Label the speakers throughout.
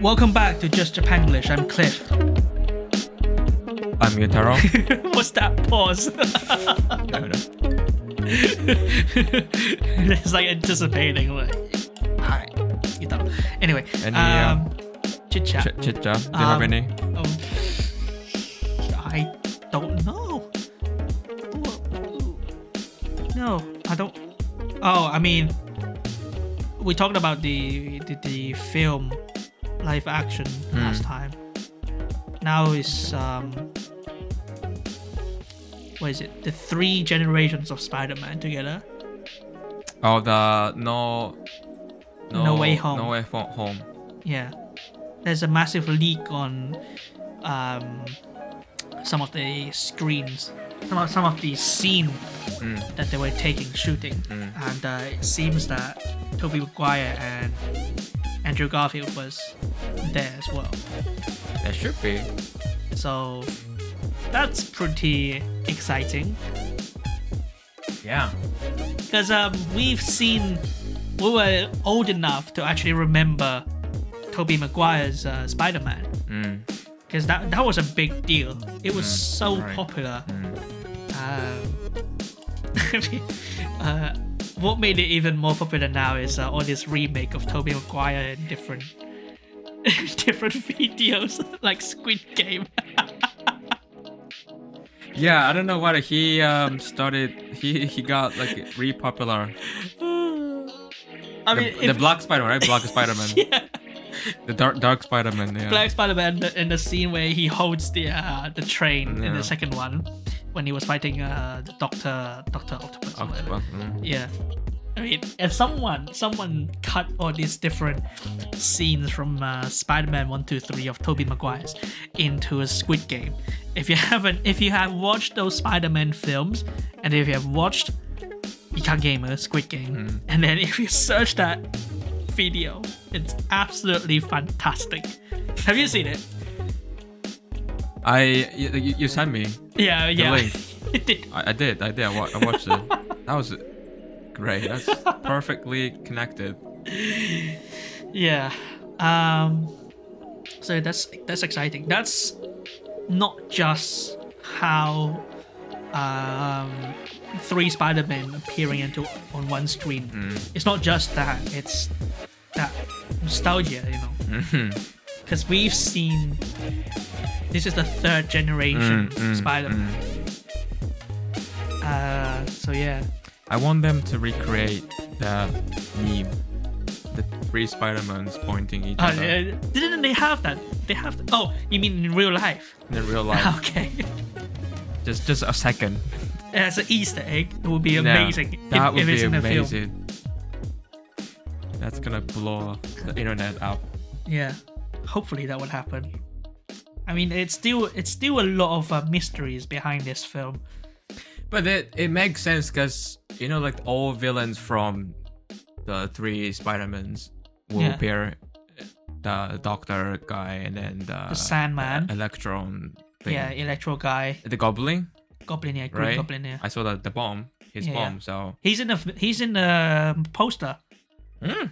Speaker 1: Welcome back to Just Japan English. I'm Cliff.
Speaker 2: I'm Yutaro.
Speaker 1: What's that pause?
Speaker 2: no, no.
Speaker 1: it's like anticipating. Like, all right, you know. Anyway,
Speaker 2: Any,
Speaker 1: um, chit chat.
Speaker 2: Ch- chit chat. Do you have
Speaker 1: Um,
Speaker 2: any?
Speaker 1: Oh, I don't know. No, I don't. Oh, I mean, we talked about the the, the film live action last time. Now is um, what is it? The three generations of Spider-Man together.
Speaker 2: Oh, the no.
Speaker 1: No way home.
Speaker 2: No way fo- home.
Speaker 1: Yeah, there's a massive leak on um, some of the screens, some of, some of the scene
Speaker 2: Mm.
Speaker 1: that they were taking shooting, and uh, it seems that Toby Maguire and Andrew Garfield was there as well.
Speaker 2: There should be.
Speaker 1: So that's pretty exciting
Speaker 2: Yeah.
Speaker 1: because um, we've seen we were old enough to actually remember Toby Maguire's uh, Spider-Man.
Speaker 2: Mm.
Speaker 1: because that that was a big deal. It was so
Speaker 2: right.
Speaker 1: popular.
Speaker 2: Mm.
Speaker 1: Um, I mean, uh, what made it even more popular now is uh, all this remake of Toby Maguire in different different videos, like Squid Game.
Speaker 2: Yeah, I don't know what he um started. He he got like really popular.
Speaker 1: I
Speaker 2: The,
Speaker 1: mean,
Speaker 2: the
Speaker 1: if-
Speaker 2: Black Spider, right? Black Spider Man.
Speaker 1: yeah,
Speaker 2: The Dark Dark Spider Man. Yeah.
Speaker 1: Black Spider-Man in the, in the scene where he holds the uh, the train in
Speaker 2: Yeah.
Speaker 1: the second one when he was fighting uh, the Doctor Doctor Octopus. or whatever.
Speaker 2: Octopus, mm.
Speaker 1: Yeah. I mean, if someone someone cut all these different scenes from uh, Spider-Man One, Two, Three of Tobey Maguire's into a Squid Game, if you haven't, if you have watched those Spider-Man films, and if you have watched Ika Gamer Squid Game, and then if you search that video, it's absolutely fantastic. Have you seen it?
Speaker 2: I you, you you sent me.
Speaker 1: Yeah, yeah.
Speaker 2: link.
Speaker 1: It did.
Speaker 2: I, I did. I did. I, wa- I watched it. That was great. That's perfectly connected.
Speaker 1: Yeah. Um so that's that's exciting. That's not just how um three Spider-Men appearing into on one screen.
Speaker 2: Mm.
Speaker 1: It's not just that, it's that nostalgia, you know.
Speaker 2: Mm-hmm.
Speaker 1: Cuz we've seen this is the third generation
Speaker 2: Mm, mm,
Speaker 1: Spider-Man. Uh so yeah.
Speaker 2: I want them to recreate the meme. The three Spider-Mans pointing each
Speaker 1: Uh,
Speaker 2: other
Speaker 1: didn't they have that? They have that. Oh, you mean in real life?
Speaker 2: in real life.
Speaker 1: Okay.
Speaker 2: just just a second.
Speaker 1: as an Easter egg. It would be
Speaker 2: Yeah,
Speaker 1: amazing. if-
Speaker 2: that would
Speaker 1: if it's
Speaker 2: be
Speaker 1: in the film.
Speaker 2: amazing. That's gonna blow the internet up.
Speaker 1: Yeah, hopefully that would happen. I mean, it's still it's still a lot of uh, mysteries behind this film.
Speaker 2: But it, it makes sense because you know like all villains from the three Spider-Mans will
Speaker 1: Yeah.
Speaker 2: appear. The Doctor guy and then the,
Speaker 1: The Sandman.
Speaker 2: uh, Electron thing.
Speaker 1: yeah, Electro guy,
Speaker 2: The Goblin,
Speaker 1: Goblin, yeah, Green
Speaker 2: right?
Speaker 1: Goblin, yeah.
Speaker 2: I saw that the bomb, his
Speaker 1: Yeah, yeah.
Speaker 2: bomb. So
Speaker 1: He's in the f- he's in the um, poster.
Speaker 2: Hmm.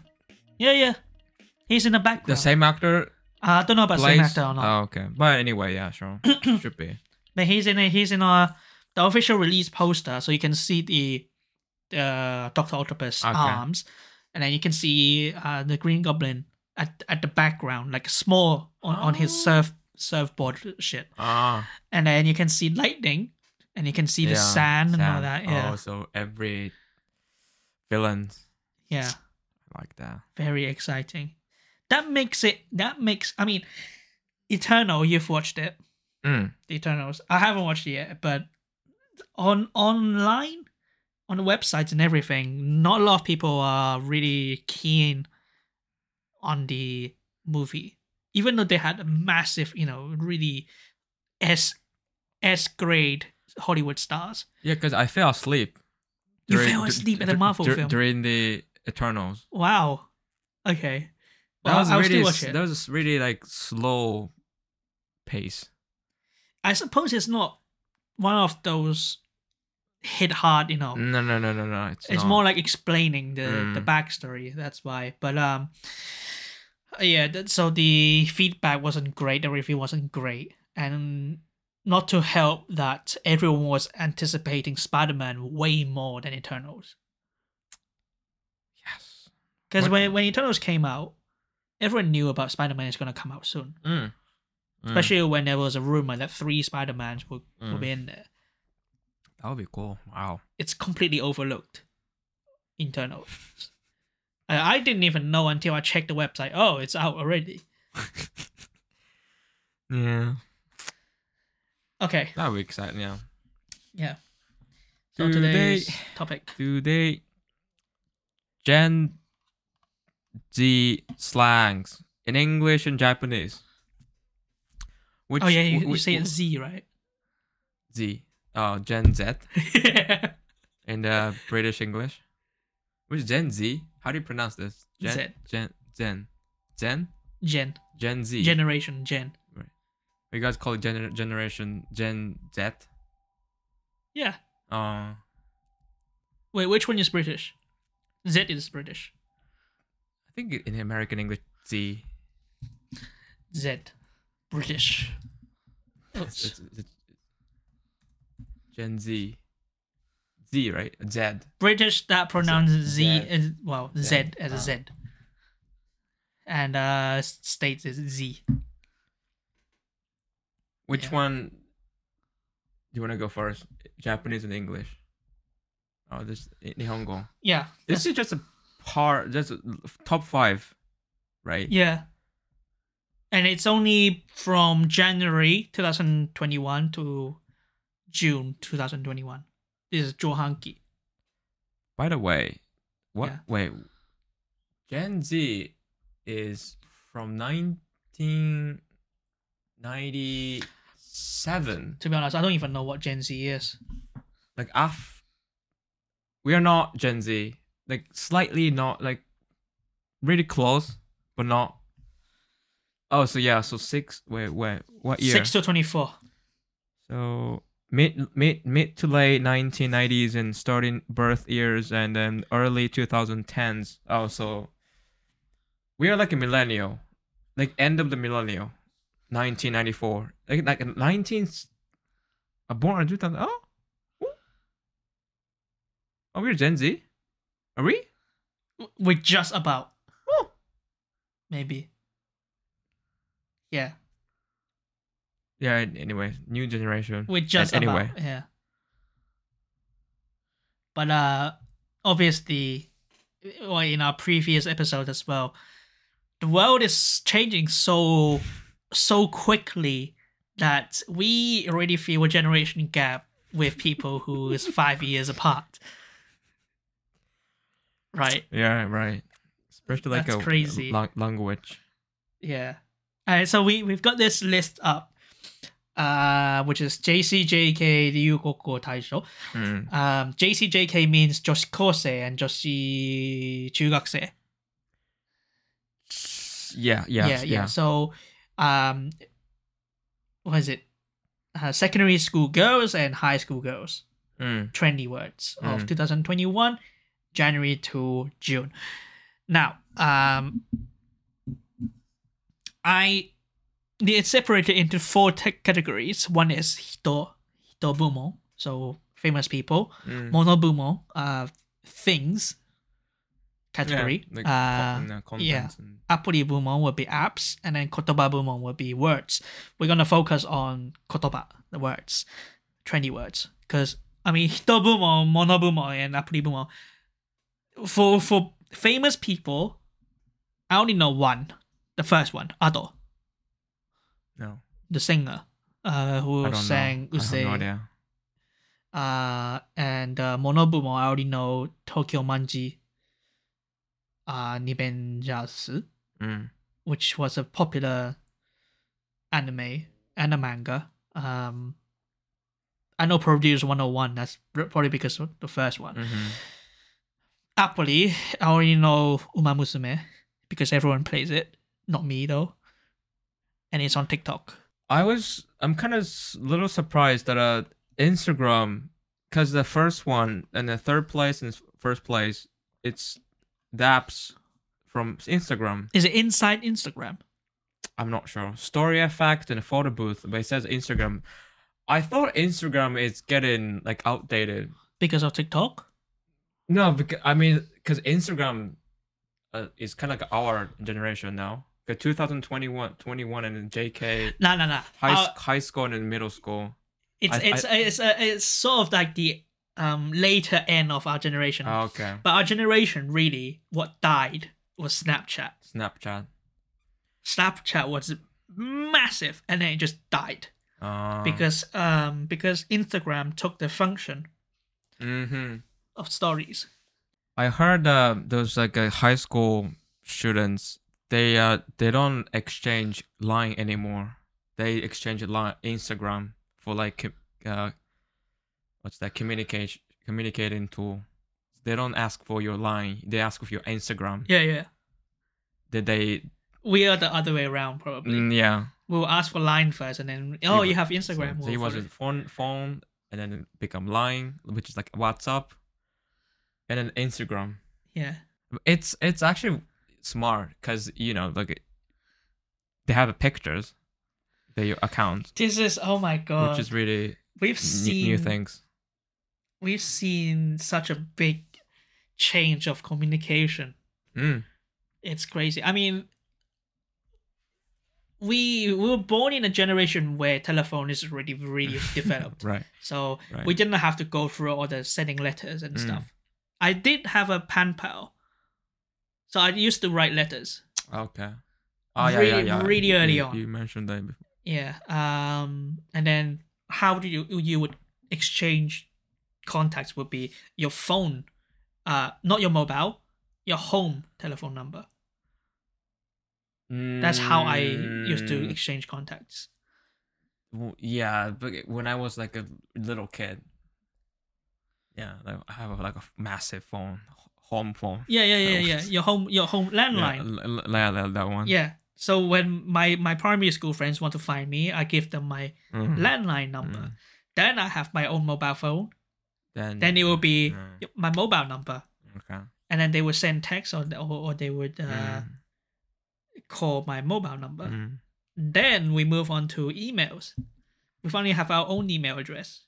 Speaker 1: Yeah, yeah. He's in the
Speaker 2: the
Speaker 1: background.
Speaker 2: same actor
Speaker 1: Uh, I don't know about
Speaker 2: plays.
Speaker 1: same actor or not,
Speaker 2: Oh, okay, but anyway, yeah, sure, should be.
Speaker 1: but he's in a, he's in a the official release poster, so you can see the uh, Doctor Octopus
Speaker 2: Okay.
Speaker 1: arms, and then you can see uh, the Green Goblin at at the background, like small on, on
Speaker 2: Oh.
Speaker 1: his surf surfboard shit,
Speaker 2: Ah,
Speaker 1: and then you can see lightning, and you can see the
Speaker 2: yeah,
Speaker 1: sand, and all that. Yeah,
Speaker 2: Oh, so every villain
Speaker 1: yeah,
Speaker 2: like that.
Speaker 1: very exciting. That makes it. That makes. I mean, Eternal. You've watched it.
Speaker 2: Mm.
Speaker 1: The Eternals. I haven't watched it yet, but on online, on the websites and everything, not a lot of people are really keen on the movie. Even though they had a massive, you know, really S S grade Hollywood stars.
Speaker 2: Yeah, because I fell asleep.
Speaker 1: You fell asleep at a
Speaker 2: dur-
Speaker 1: Marvel
Speaker 2: dur-
Speaker 1: film?
Speaker 2: during the Eternals.
Speaker 1: Wow. Okay.
Speaker 2: That
Speaker 1: Well,
Speaker 2: was
Speaker 1: I'll
Speaker 2: really
Speaker 1: still watch
Speaker 2: s-
Speaker 1: it.
Speaker 2: that was really like slow pace.
Speaker 1: I suppose it's not one of those hit hard, you know,
Speaker 2: No, no, no, no, Mm. no. It's,
Speaker 1: it's
Speaker 2: not.
Speaker 1: more like explaining the the
Speaker 2: Mm.
Speaker 1: backstory that's why but um yeah that, so the feedback wasn't great the review wasn't great and not to help that everyone was anticipating spider-man way more than eternals
Speaker 2: Yes.
Speaker 1: because
Speaker 2: What-
Speaker 1: when, when eternals came out everyone knew about spider-man is going to come out soon
Speaker 2: Mm. Mm.
Speaker 1: especially when there was a rumor that three spider-mans would, would
Speaker 2: Mm.
Speaker 1: be in there
Speaker 2: That would be cool. Wow.
Speaker 1: it's completely overlooked internal I, I didn't even know until i checked the website oh it's out already
Speaker 2: Yeah.
Speaker 1: okay
Speaker 2: That would be exciting. Yeah.
Speaker 1: yeah so
Speaker 2: Today-
Speaker 1: today's topic
Speaker 2: Today, Gen Z slangs in English and Japanese. Which
Speaker 1: oh yeah you,
Speaker 2: wh-
Speaker 1: you
Speaker 2: wh-
Speaker 1: say
Speaker 2: wh-
Speaker 1: it's z right
Speaker 2: Z. Oh, Gen Z
Speaker 1: yeah.
Speaker 2: in the British English. Which Gen Z? How do you pronounce this? Gen
Speaker 1: Z.
Speaker 2: Gen Gen Gen
Speaker 1: gen
Speaker 2: Gen Z.
Speaker 1: generation gen
Speaker 2: you guys call it gener- generation Gen Z?
Speaker 1: yeah
Speaker 2: Uh,
Speaker 1: wait which one is british z is british
Speaker 2: I think in American English, Z.
Speaker 1: z british
Speaker 2: It's, it's, it's, Gen Z. Z, right? Z.
Speaker 1: British that pronounces Z,
Speaker 2: Z.
Speaker 1: as well Z,
Speaker 2: Z,
Speaker 1: as
Speaker 2: ah.
Speaker 1: a Z, and uh states is Z.
Speaker 2: Which
Speaker 1: Yeah.
Speaker 2: one do you want to go first? Japanese and English? Oh, this Nihongo.
Speaker 1: Yeah,
Speaker 2: This
Speaker 1: that's-
Speaker 2: is just a part, just a top five, right?
Speaker 1: yeah, and it's only from January 2021 to June 2021. This is Johanki.
Speaker 2: By the way, what?
Speaker 1: Yeah.
Speaker 2: Wait. Gen Z is from 1997.
Speaker 1: To be honest, I don't even know what Gen Z is.
Speaker 2: Like, af. We are not Gen Z. Like, slightly not, like, really close, but not. Oh, so yeah, so six. Wait, wait. What year?
Speaker 1: Six to 24.
Speaker 2: So mid mid mid to late 1990s and starting birth years and then early 2010s. Oh, so we are like a millennial, like end of the millennial, 1994. Like like 19s, uh, born in 2000. Oh, Ooh. oh, we're Gen Z. Are we?
Speaker 1: We're just about
Speaker 2: Oh,
Speaker 1: maybe. Yeah,
Speaker 2: yeah. an- Anyway, new generation.
Speaker 1: We're just
Speaker 2: An- anyway.
Speaker 1: about, yeah. But uh, obviously, or in our previous episode as well, the world is changing so so quickly that we already feel a generation gap with people who is five years apart. Right.
Speaker 2: Yeah, right. Especially like
Speaker 1: That's
Speaker 2: a
Speaker 1: crazy.
Speaker 2: lang- language.
Speaker 1: Yeah. Alright, so we we've got this list up, uh, which is JCJK Ryugoku Taisho.
Speaker 2: Mm.
Speaker 1: Um, JCJK means 女子高生 and 女子中学生.
Speaker 2: Yeah, yeah, yeah,
Speaker 1: So, um, what is it? Uh, secondary school girls and high school girls.
Speaker 2: Mm.
Speaker 1: Trendy words of
Speaker 2: Mm.
Speaker 1: 2021, January to June. Now, um, I it's separated into four te- categories. One is hito, hitobumo, so famous people.
Speaker 2: Mm.
Speaker 1: monobumo uh things category
Speaker 2: Yeah, like
Speaker 1: uh
Speaker 2: con- uh,
Speaker 1: yeah.
Speaker 2: contents and-
Speaker 1: apuri bumo would be apps and then kotoba bumo would be words we're gonna focus on kotoba the words trendy words because i mean hitobumo monobumo and apuri bumo for for famous people i only know one the first one ado
Speaker 2: no,
Speaker 1: the singer uh
Speaker 2: I
Speaker 1: who
Speaker 2: don't
Speaker 1: sang
Speaker 2: know. I have no
Speaker 1: Usei
Speaker 2: idea.
Speaker 1: uh, and uh, Monobumo, I already know Tokyo Manji uh, Nibenjasu,
Speaker 2: Mm.
Speaker 1: which was a popular anime and a manga. Um, I know Produce 101, that's pr- probably because of the first one.
Speaker 2: hmm
Speaker 1: Happily, I already know Uma Musume because everyone plays it, not me though. And it's on TikTok.
Speaker 2: I was, I'm kind of s- little surprised that uh, Instagram, because the first one and the third place and s- first place, it's the apps from Instagram.
Speaker 1: Is it inside Instagram?
Speaker 2: I'm not sure. Story effect and a photo booth, but it says Instagram. I thought Instagram is getting like outdated.
Speaker 1: Because of TikTok?
Speaker 2: No, because I mean, because Instagram uh, is kind of like our generation now. Like 2021, 21, and then JK
Speaker 1: Nah, nah, nah.
Speaker 2: high
Speaker 1: Uh,
Speaker 2: s- high school and then middle school.
Speaker 1: it's
Speaker 2: I-
Speaker 1: it's it's uh, it's sort of like the um later end of our generation.
Speaker 2: Oh, okay,
Speaker 1: but our generation really what died was Snapchat.
Speaker 2: Snapchat.
Speaker 1: Snapchat was massive and then it just died
Speaker 2: Uh,
Speaker 1: because um because Instagram took the function
Speaker 2: hmm
Speaker 1: of stories.
Speaker 2: I heard uh, those like uh, high school students they uh they don't exchange line anymore. They exchange line Instagram for like com- uh what's that communication communicating tool. They don't ask for your line. They ask for your Instagram.
Speaker 1: Yeah, yeah.
Speaker 2: Did they?
Speaker 1: We are the other way around probably.
Speaker 2: Mm, yeah.
Speaker 1: We'll ask for line first and then oh
Speaker 2: would-
Speaker 1: you have Instagram. we'll
Speaker 2: So, so it was
Speaker 1: follow
Speaker 2: a phone, phone, and then it become line, which is like WhatsApp, and then Instagram.
Speaker 1: Yeah.
Speaker 2: It's it's actually smart because you know like it- they have pictures, their account,
Speaker 1: This is oh my god.
Speaker 2: which is really
Speaker 1: we've
Speaker 2: new,
Speaker 1: seen
Speaker 2: new things.
Speaker 1: we've seen such a big change of communication.
Speaker 2: Mm.
Speaker 1: It's crazy. I mean, we, we were born in a generation where telephone is already really developed.
Speaker 2: Right.
Speaker 1: So
Speaker 2: Right.
Speaker 1: we didn't have to go through all the sending letters and
Speaker 2: Mm.
Speaker 1: stuff. I did have a pen pal. So I used to write letters.
Speaker 2: Okay. Oh, yeah,
Speaker 1: Really-
Speaker 2: yeah, yeah.
Speaker 1: really
Speaker 2: You-
Speaker 1: early
Speaker 2: you-
Speaker 1: on.
Speaker 2: You mentioned that before.
Speaker 1: Yeah. Um and then how do you you would exchange contacts would be your phone, uh not your mobile, your home telephone number. That's how I used to
Speaker 2: Mm,
Speaker 1: exchange contacts.
Speaker 2: w- Yeah, but it- when I was like a little kid. Yeah, like, I have like a massive phone, h- home phone.
Speaker 1: Yeah, yeah, yeah, yeah.
Speaker 2: was-
Speaker 1: Your home your home landline.
Speaker 2: Yeah, l- l- yeah, that, that one.
Speaker 1: Yeah. So when my my primary school friends want to find me, I give them my
Speaker 2: Mhm.
Speaker 1: landline number.
Speaker 2: Mm.
Speaker 1: Then I have my own mobile phone.
Speaker 2: Then,
Speaker 1: Then it will be
Speaker 2: Mm.
Speaker 1: y- my mobile number,
Speaker 2: okay.
Speaker 1: and then they would send text or or, or they would uh,
Speaker 2: Mm,
Speaker 1: call my mobile number.
Speaker 2: mm.
Speaker 1: Then we move on to emails. We finally have our own email address.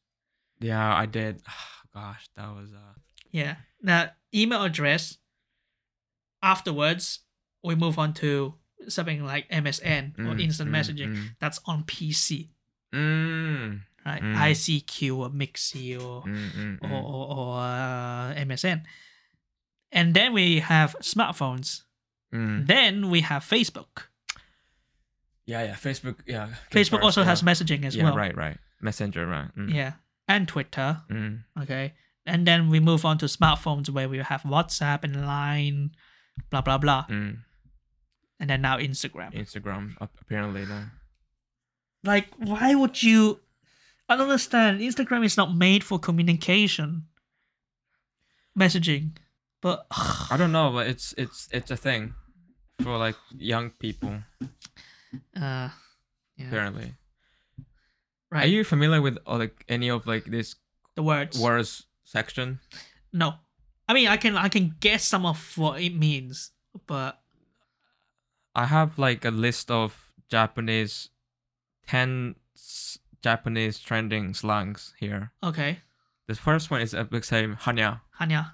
Speaker 2: Yeah, I did. Gosh, that was uh.
Speaker 1: Yeah. Now email address. Afterwards, we move on to something like MSN or
Speaker 2: mm,
Speaker 1: instant
Speaker 2: mm,
Speaker 1: messaging.
Speaker 2: mm.
Speaker 1: That's on PC,
Speaker 2: Mm,
Speaker 1: right?
Speaker 2: Mm.
Speaker 1: ICQ or Mixi or
Speaker 2: mm, mm,
Speaker 1: or,
Speaker 2: mm.
Speaker 1: or, or uh, MSN. And then we have smartphones.
Speaker 2: Mm.
Speaker 1: Then we have Facebook.
Speaker 2: Yeah, yeah. Facebook, yeah. came
Speaker 1: Facebook
Speaker 2: first,
Speaker 1: also
Speaker 2: yeah.
Speaker 1: has messaging as
Speaker 2: Yeah,
Speaker 1: well.
Speaker 2: right, right. Messenger, right. Mm.
Speaker 1: Yeah. And Twitter.
Speaker 2: Mm.
Speaker 1: Okay. And then we move on to smartphones where we have WhatsApp and Line, blah, blah, blah.
Speaker 2: Mm.
Speaker 1: And then now Instagram.
Speaker 2: Instagram ap- apparently now.
Speaker 1: Like, why would you? I don't understand. Instagram is not made for communication, messaging. But
Speaker 2: I don't know, but it's it's it's a thing for like young people
Speaker 1: uh, yeah.
Speaker 2: apparently.
Speaker 1: right.
Speaker 2: Are you familiar with uh, like any of like this
Speaker 1: the words.
Speaker 2: words section?
Speaker 1: No, I mean I can I can guess some of what it means, but
Speaker 2: I have like a list of Japanese, ten s- Japanese trending slangs here.
Speaker 1: okay,
Speaker 2: The first one is uh, the same hanya.
Speaker 1: Hanya.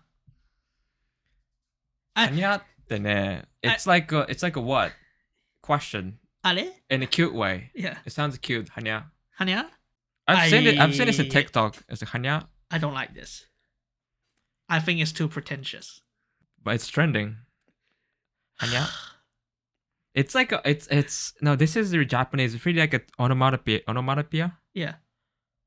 Speaker 1: I-
Speaker 2: Hanya, then it's like a, it's like a what question
Speaker 1: Ale?
Speaker 2: in a cute way.
Speaker 1: Yeah,
Speaker 2: It sounds cute, hanya.
Speaker 1: Hanya.
Speaker 2: I've seen it. I've seen it
Speaker 1: I-
Speaker 2: in TikTok. It's a hanya,
Speaker 1: I don't like this. I think it's too pretentious.
Speaker 2: but it's trending. Hanya. It's like a, it's it's no. This is the Japanese. It's really like an onomatopoeia. Onomatopoeia.
Speaker 1: Yeah,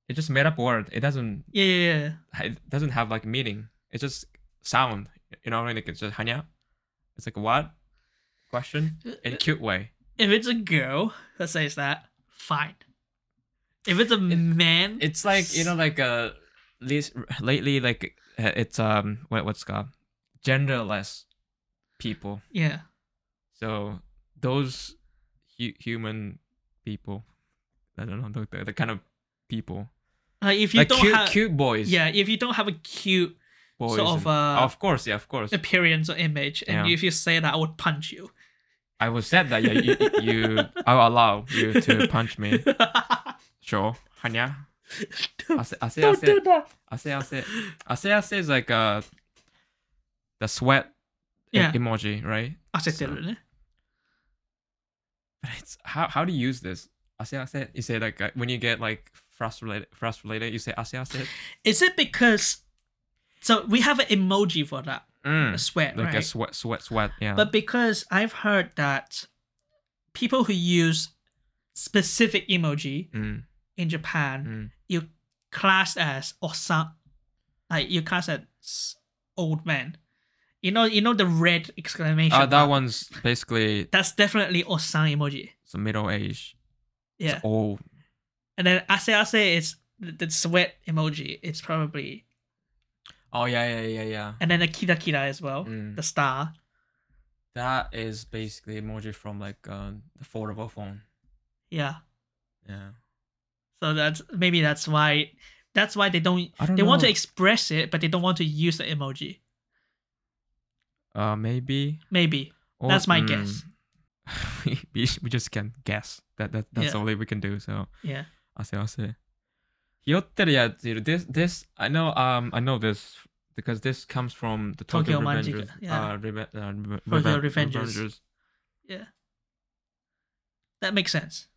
Speaker 2: It's just made up word. It doesn't
Speaker 1: yeah, yeah, yeah.
Speaker 2: it doesn't have like meaning. It's just sound. You know, like it's just hanya. It's like what question in a cute way.
Speaker 1: If it's a girl that says that, fine. If it's a man,
Speaker 2: It's like you know, like uh, this lately, like uh, it's um, what what's it called genderless people.
Speaker 1: yeah,
Speaker 2: So those hu- human people, I don't know, the, the, the kind of people
Speaker 1: like if you
Speaker 2: like
Speaker 1: don't
Speaker 2: cute,
Speaker 1: have,
Speaker 2: cute boys.
Speaker 1: yeah, if you don't have a cute
Speaker 2: boys.
Speaker 1: Sort of,
Speaker 2: and-
Speaker 1: uh,
Speaker 2: of course, yeah, of course.
Speaker 1: appearance or image, and
Speaker 2: Yeah.
Speaker 1: if you say that, I would punch you.
Speaker 2: I was said that yeah, you, you I'll allow you to punch me. Sure. Hanya. I say I say I
Speaker 1: Don't
Speaker 2: say
Speaker 1: do that.
Speaker 2: I say I say I say I say is like uh the sweat e-
Speaker 1: Yeah.
Speaker 2: emoji, right?
Speaker 1: I said
Speaker 2: So-
Speaker 1: that.
Speaker 2: But it's how how do you use this? I say I say you say like uh, when you get like frustrated frustrated you say I say I say.
Speaker 1: Is it because? So we have an emoji for that, a
Speaker 2: Mm.
Speaker 1: sweat,
Speaker 2: Like
Speaker 1: right?
Speaker 2: a sweat sweat sweat yeah.
Speaker 1: But because I've heard that people who use specific emoji
Speaker 2: mm,
Speaker 1: in Japan,
Speaker 2: mm.
Speaker 1: you class as osa, like you class as old man. You know, you know the red exclamation.
Speaker 2: Uh, that
Speaker 1: mark?
Speaker 2: one's basically
Speaker 1: That's definitely osan emoji.
Speaker 2: some middle age.
Speaker 1: Yeah.
Speaker 2: It's old.
Speaker 1: And then ase ase is the the sweat emoji. It's probably
Speaker 2: Oh yeah yeah yeah yeah.
Speaker 1: and then the kira kira as well,
Speaker 2: Mm.
Speaker 1: the star.
Speaker 2: That is basically emoji from like uh, the foldable phone.
Speaker 1: Yeah.
Speaker 2: Yeah.
Speaker 1: So that's maybe that's why that's why they don't.
Speaker 2: I don't
Speaker 1: They want to
Speaker 2: know.
Speaker 1: express it, but they don't want to use the emoji.
Speaker 2: Uh, maybe.
Speaker 1: Maybe
Speaker 2: Or-
Speaker 1: that's my
Speaker 2: mm.
Speaker 1: guess.
Speaker 2: we, we sh- we just can guess. That that that's
Speaker 1: Yeah.
Speaker 2: all we can do. So
Speaker 1: Yeah.
Speaker 2: I say I say. Hyotteriyajiru. This this I know um I know this because this comes from the
Speaker 1: Tokyo
Speaker 2: Tokyo,
Speaker 1: Manjiga,
Speaker 2: Revengers.
Speaker 1: yeah.
Speaker 2: Uh, reve- uh, reve-
Speaker 1: Tokyo
Speaker 2: reve-
Speaker 1: Revengers. That makes sense.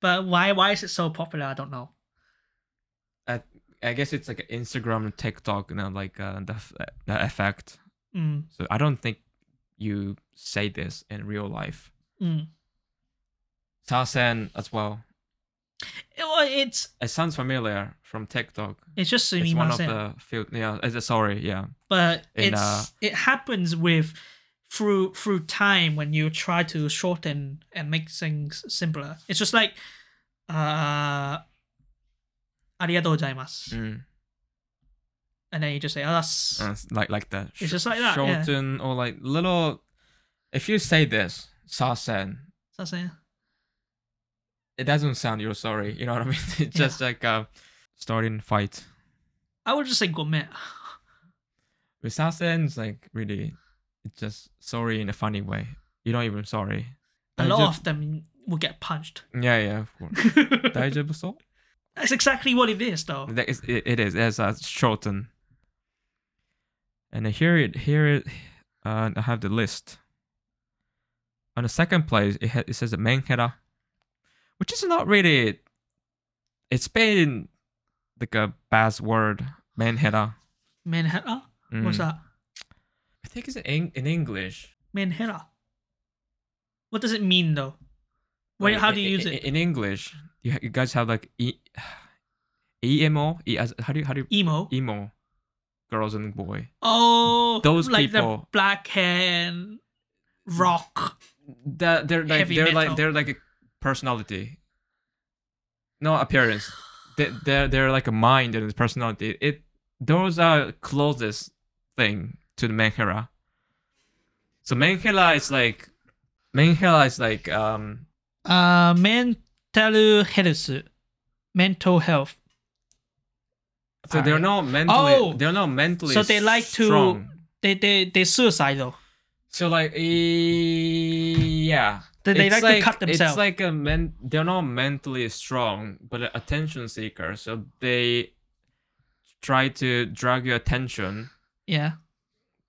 Speaker 1: But why why is it so popular? I don't know.
Speaker 2: I guess it's like Instagram and TikTok, you know, like uh, the, f- the effect.
Speaker 1: Mm,
Speaker 2: So I don't think you say this in real life.
Speaker 1: mm.
Speaker 2: Tasen as well.
Speaker 1: It- well, it's
Speaker 2: It sounds familiar from TikTok.
Speaker 1: it's just
Speaker 2: It's one of
Speaker 1: sumimasen.
Speaker 2: the few. Yeah, it's a, sorry. Yeah,
Speaker 1: but
Speaker 2: in,
Speaker 1: it's
Speaker 2: uh,
Speaker 1: it happens with through through time when you try to shorten and make things simpler. It's just like uh arigatou gozaimasu.
Speaker 2: Mm.
Speaker 1: And then you just say oh, that's
Speaker 2: Uh, it's like like that.
Speaker 1: It's just like that, yeah.
Speaker 2: Shorten or like little. If you say this, Sasen,
Speaker 1: that's it.
Speaker 2: it doesn't sound you're sorry. You know what I mean? It's
Speaker 1: Yeah.
Speaker 2: just like a starting fight.
Speaker 1: I would just say gomen.
Speaker 2: With Sasen, it's like really, it's just sorry in a funny way. You're not even sorry.
Speaker 1: A lot
Speaker 2: Daijou-
Speaker 1: of them will get punched.
Speaker 2: Yeah, yeah, of course. Daijoubu so?
Speaker 1: That's exactly what it is though.
Speaker 2: That is, it, it is. It's uh, shorten. And here it here it, uh, I have the list. On the second place, it, ha- it says the main header, which is not really. It's been like a buzzword, main header.
Speaker 1: Menhera? What's
Speaker 2: Mm.
Speaker 1: that?
Speaker 2: I think it's in, Eng- in English.
Speaker 1: Menhera. What does it mean though? Wait,
Speaker 2: Like,
Speaker 1: how do you
Speaker 2: i-
Speaker 1: use
Speaker 2: i-
Speaker 1: it?
Speaker 2: In English, you, ha- you guys have like e, emo. E, as- how do you how do you,
Speaker 1: Emo.
Speaker 2: emo, girls and boy.
Speaker 1: Oh,
Speaker 2: Those
Speaker 1: like the
Speaker 2: people-
Speaker 1: black and rock.
Speaker 2: that they're like
Speaker 1: Heavy
Speaker 2: they're
Speaker 1: metal.
Speaker 2: like they're like a personality no appearance they, they're they're like a mind and a personality it those are closest thing to the menhera so menhera is like menhera is like um
Speaker 1: Uh, mental health, mental health.
Speaker 2: so they're
Speaker 1: Alright.
Speaker 2: not mentally
Speaker 1: Oh!
Speaker 2: they're not mentally
Speaker 1: So they like to-
Speaker 2: strong.
Speaker 1: They they they suicidal.
Speaker 2: so like e- yeah
Speaker 1: They, they
Speaker 2: It's
Speaker 1: like, to cut themselves.
Speaker 2: It's like a men. They're not mentally strong, but a attention seekers. So they try to drag your attention
Speaker 1: yeah.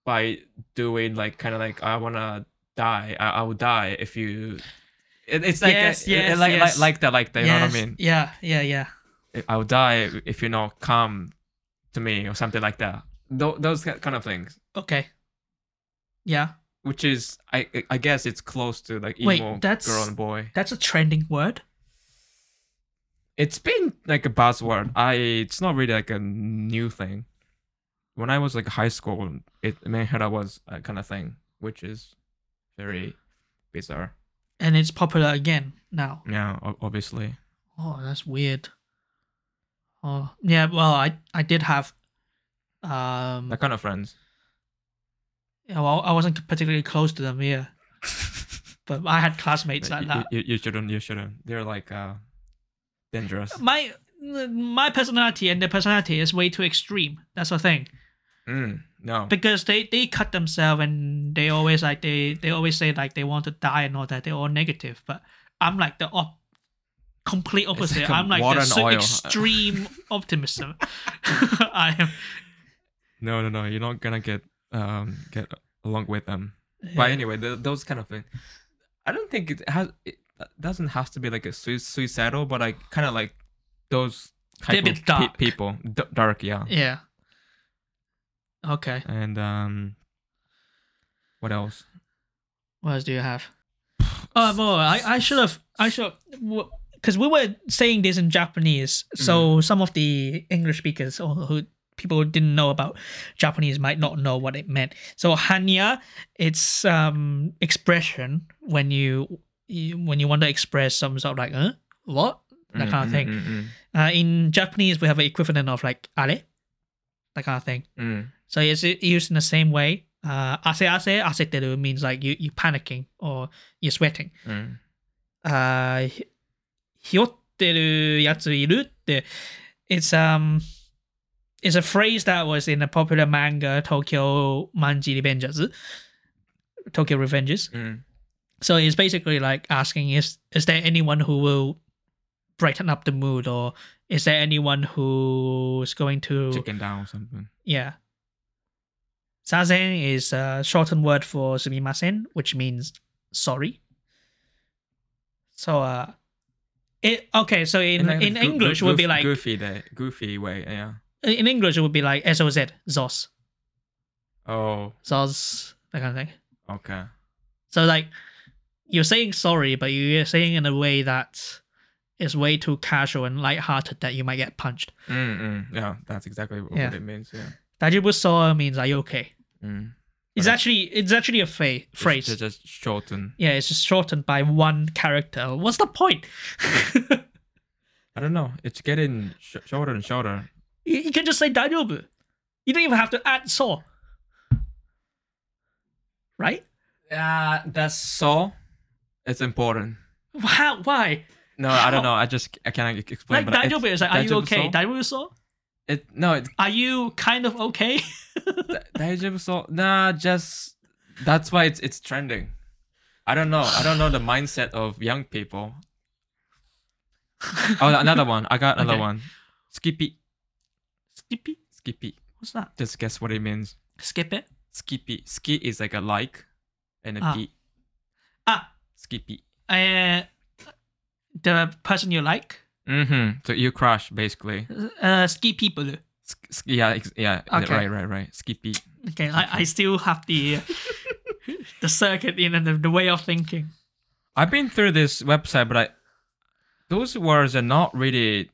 Speaker 2: by doing like kind of like I wanna die. I, I will die if you. It, it's like
Speaker 1: Yes,
Speaker 2: a, it- it
Speaker 1: yes,
Speaker 2: like,
Speaker 1: yes.
Speaker 2: like like that like that. You
Speaker 1: Yes,
Speaker 2: know what I mean?
Speaker 1: Yeah, yeah, yeah.
Speaker 2: I- I'll die if you're not calm to me or something like that. Tho- Those ki- kind of things,
Speaker 1: Okay. Yeah,
Speaker 2: which is I I- I guess it's close to like emo
Speaker 1: Wait, that's-
Speaker 2: girl and boy.
Speaker 1: that's a trending word.
Speaker 2: it's been like a buzzword. I it's not really like a new thing. When I was like high school, it Manhattan was a kind of thing, which is very bizarre.
Speaker 1: And it's popular again now.
Speaker 2: Yeah, o- obviously.
Speaker 1: Oh, that's weird. Oh, yeah. Well, I I did have. Um,
Speaker 2: That kind of friends.
Speaker 1: yeah, well, I wasn't particularly close to them, yeah. but I had classmates
Speaker 2: Like,
Speaker 1: like
Speaker 2: you-
Speaker 1: that.
Speaker 2: You, you shouldn't. You shouldn't. They're like uh, dangerous.
Speaker 1: Um, My my personality and their personality is way too extreme. That's the thing.
Speaker 2: Mm, no.
Speaker 1: because they they cut themselves and they always like they they always say like they want to die and all that they're all negative but i'm like the op- complete opposite
Speaker 2: like a
Speaker 1: i'm like
Speaker 2: water
Speaker 1: the
Speaker 2: and
Speaker 1: so
Speaker 2: oil.
Speaker 1: extreme optimism i am
Speaker 2: no, no, no. You're not gonna get um get along with them. But anyway, th- those kind of things. I don't think it has. It uh, doesn't have to be like a sui- suicidal, but like kind of like those
Speaker 1: They're a
Speaker 2: type
Speaker 1: bit
Speaker 2: of pe-
Speaker 1: dark.
Speaker 2: people, D- dark, yeah.
Speaker 1: yeah okay
Speaker 2: And um, what else?
Speaker 1: what else do you have oh well i i should have i should because we were saying this in japanese so some of the english speakers or who people who didn't know about japanese might not know what it meant so hanya it's um expression when you, you when you want to express some sort of like huh? what that
Speaker 2: Mm,
Speaker 1: kind of
Speaker 2: mm,
Speaker 1: thing
Speaker 2: mm, mm,
Speaker 1: uh, in japanese we have an equivalent of like ale that kind of thing
Speaker 2: mm.
Speaker 1: so it's u- used in the same way. Uh, ase ase aseteru means like you you panicking or you're sweating.
Speaker 2: Mm,
Speaker 1: Uh, hiotteru It's um, it's a phrase that was in the popular manga Tokyo Manji Revengers, Tokyo Revenges.
Speaker 2: mm,
Speaker 1: So it's basically like asking is is there anyone who will brighten up the mood or is there anyone who's going to
Speaker 2: mm. Chicken down or something.
Speaker 1: yeah. Sazen is a shortened word for sumimasen, which means sorry. So uh it okay, so in
Speaker 2: like,
Speaker 1: in
Speaker 2: goo-
Speaker 1: English
Speaker 2: goo-
Speaker 1: it would be
Speaker 2: goof-
Speaker 1: like
Speaker 2: goofy, there, goofy way, yeah.
Speaker 1: in English it would be like SOZ, ZOS,
Speaker 2: Oh,
Speaker 1: ZOS, that kind of thing.
Speaker 2: okay.
Speaker 1: So like you're saying sorry, but you're saying in a way that is way too casual and lighthearted that you might get punched.
Speaker 2: Mm, mm. Yeah, that's exactly what
Speaker 1: Yeah.
Speaker 2: it means. Yeah.
Speaker 1: Dajibuso means are you okay?
Speaker 2: Mm.
Speaker 1: It's
Speaker 2: Right.
Speaker 1: actually it's actually a fa- phrase.
Speaker 2: Just, just shorten.
Speaker 1: Yeah, it's just shortened by one character. What's the point? you,
Speaker 2: I don't know. It's getting sh- shorter and shorter.
Speaker 1: you can just say Dajobu. You don't even have to add so. Right?
Speaker 2: Yeah, that's so. It's important.
Speaker 1: How? Why?
Speaker 2: No, I don't
Speaker 1: How?
Speaker 2: know. I just I cannot e- explain.
Speaker 1: Like
Speaker 2: but it's-
Speaker 1: Dajobu is like, are you
Speaker 2: Daijoubu
Speaker 1: okay?
Speaker 2: so?
Speaker 1: Dajobu so?
Speaker 2: It no, it's
Speaker 1: Are you kind of okay?
Speaker 2: da- daijoubu so. Nah, just that's why it's it's trending. I don't know. I don't know the mindset of young people. Oh, another one. I got another
Speaker 1: Okay.
Speaker 2: one. Skippy,
Speaker 1: Skippy?
Speaker 2: skippy.
Speaker 1: What's that?
Speaker 2: Just guess what it means.
Speaker 1: Skip it?
Speaker 2: Skippy. Ski is like a like, and a
Speaker 1: Ah.
Speaker 2: pee.
Speaker 1: Ah,
Speaker 2: Skippy.
Speaker 1: uh, the person you like?
Speaker 2: Mm-hmm. So you crush basically.
Speaker 1: Uh, ski people.
Speaker 2: Sk- sk- yeah, ex- yeah.
Speaker 1: Okay.
Speaker 2: Right, right, right. Skippy.
Speaker 1: Okay, I, I still have the the circuit in and the, the way of thinking.
Speaker 2: I've been through this website, but I those words are not really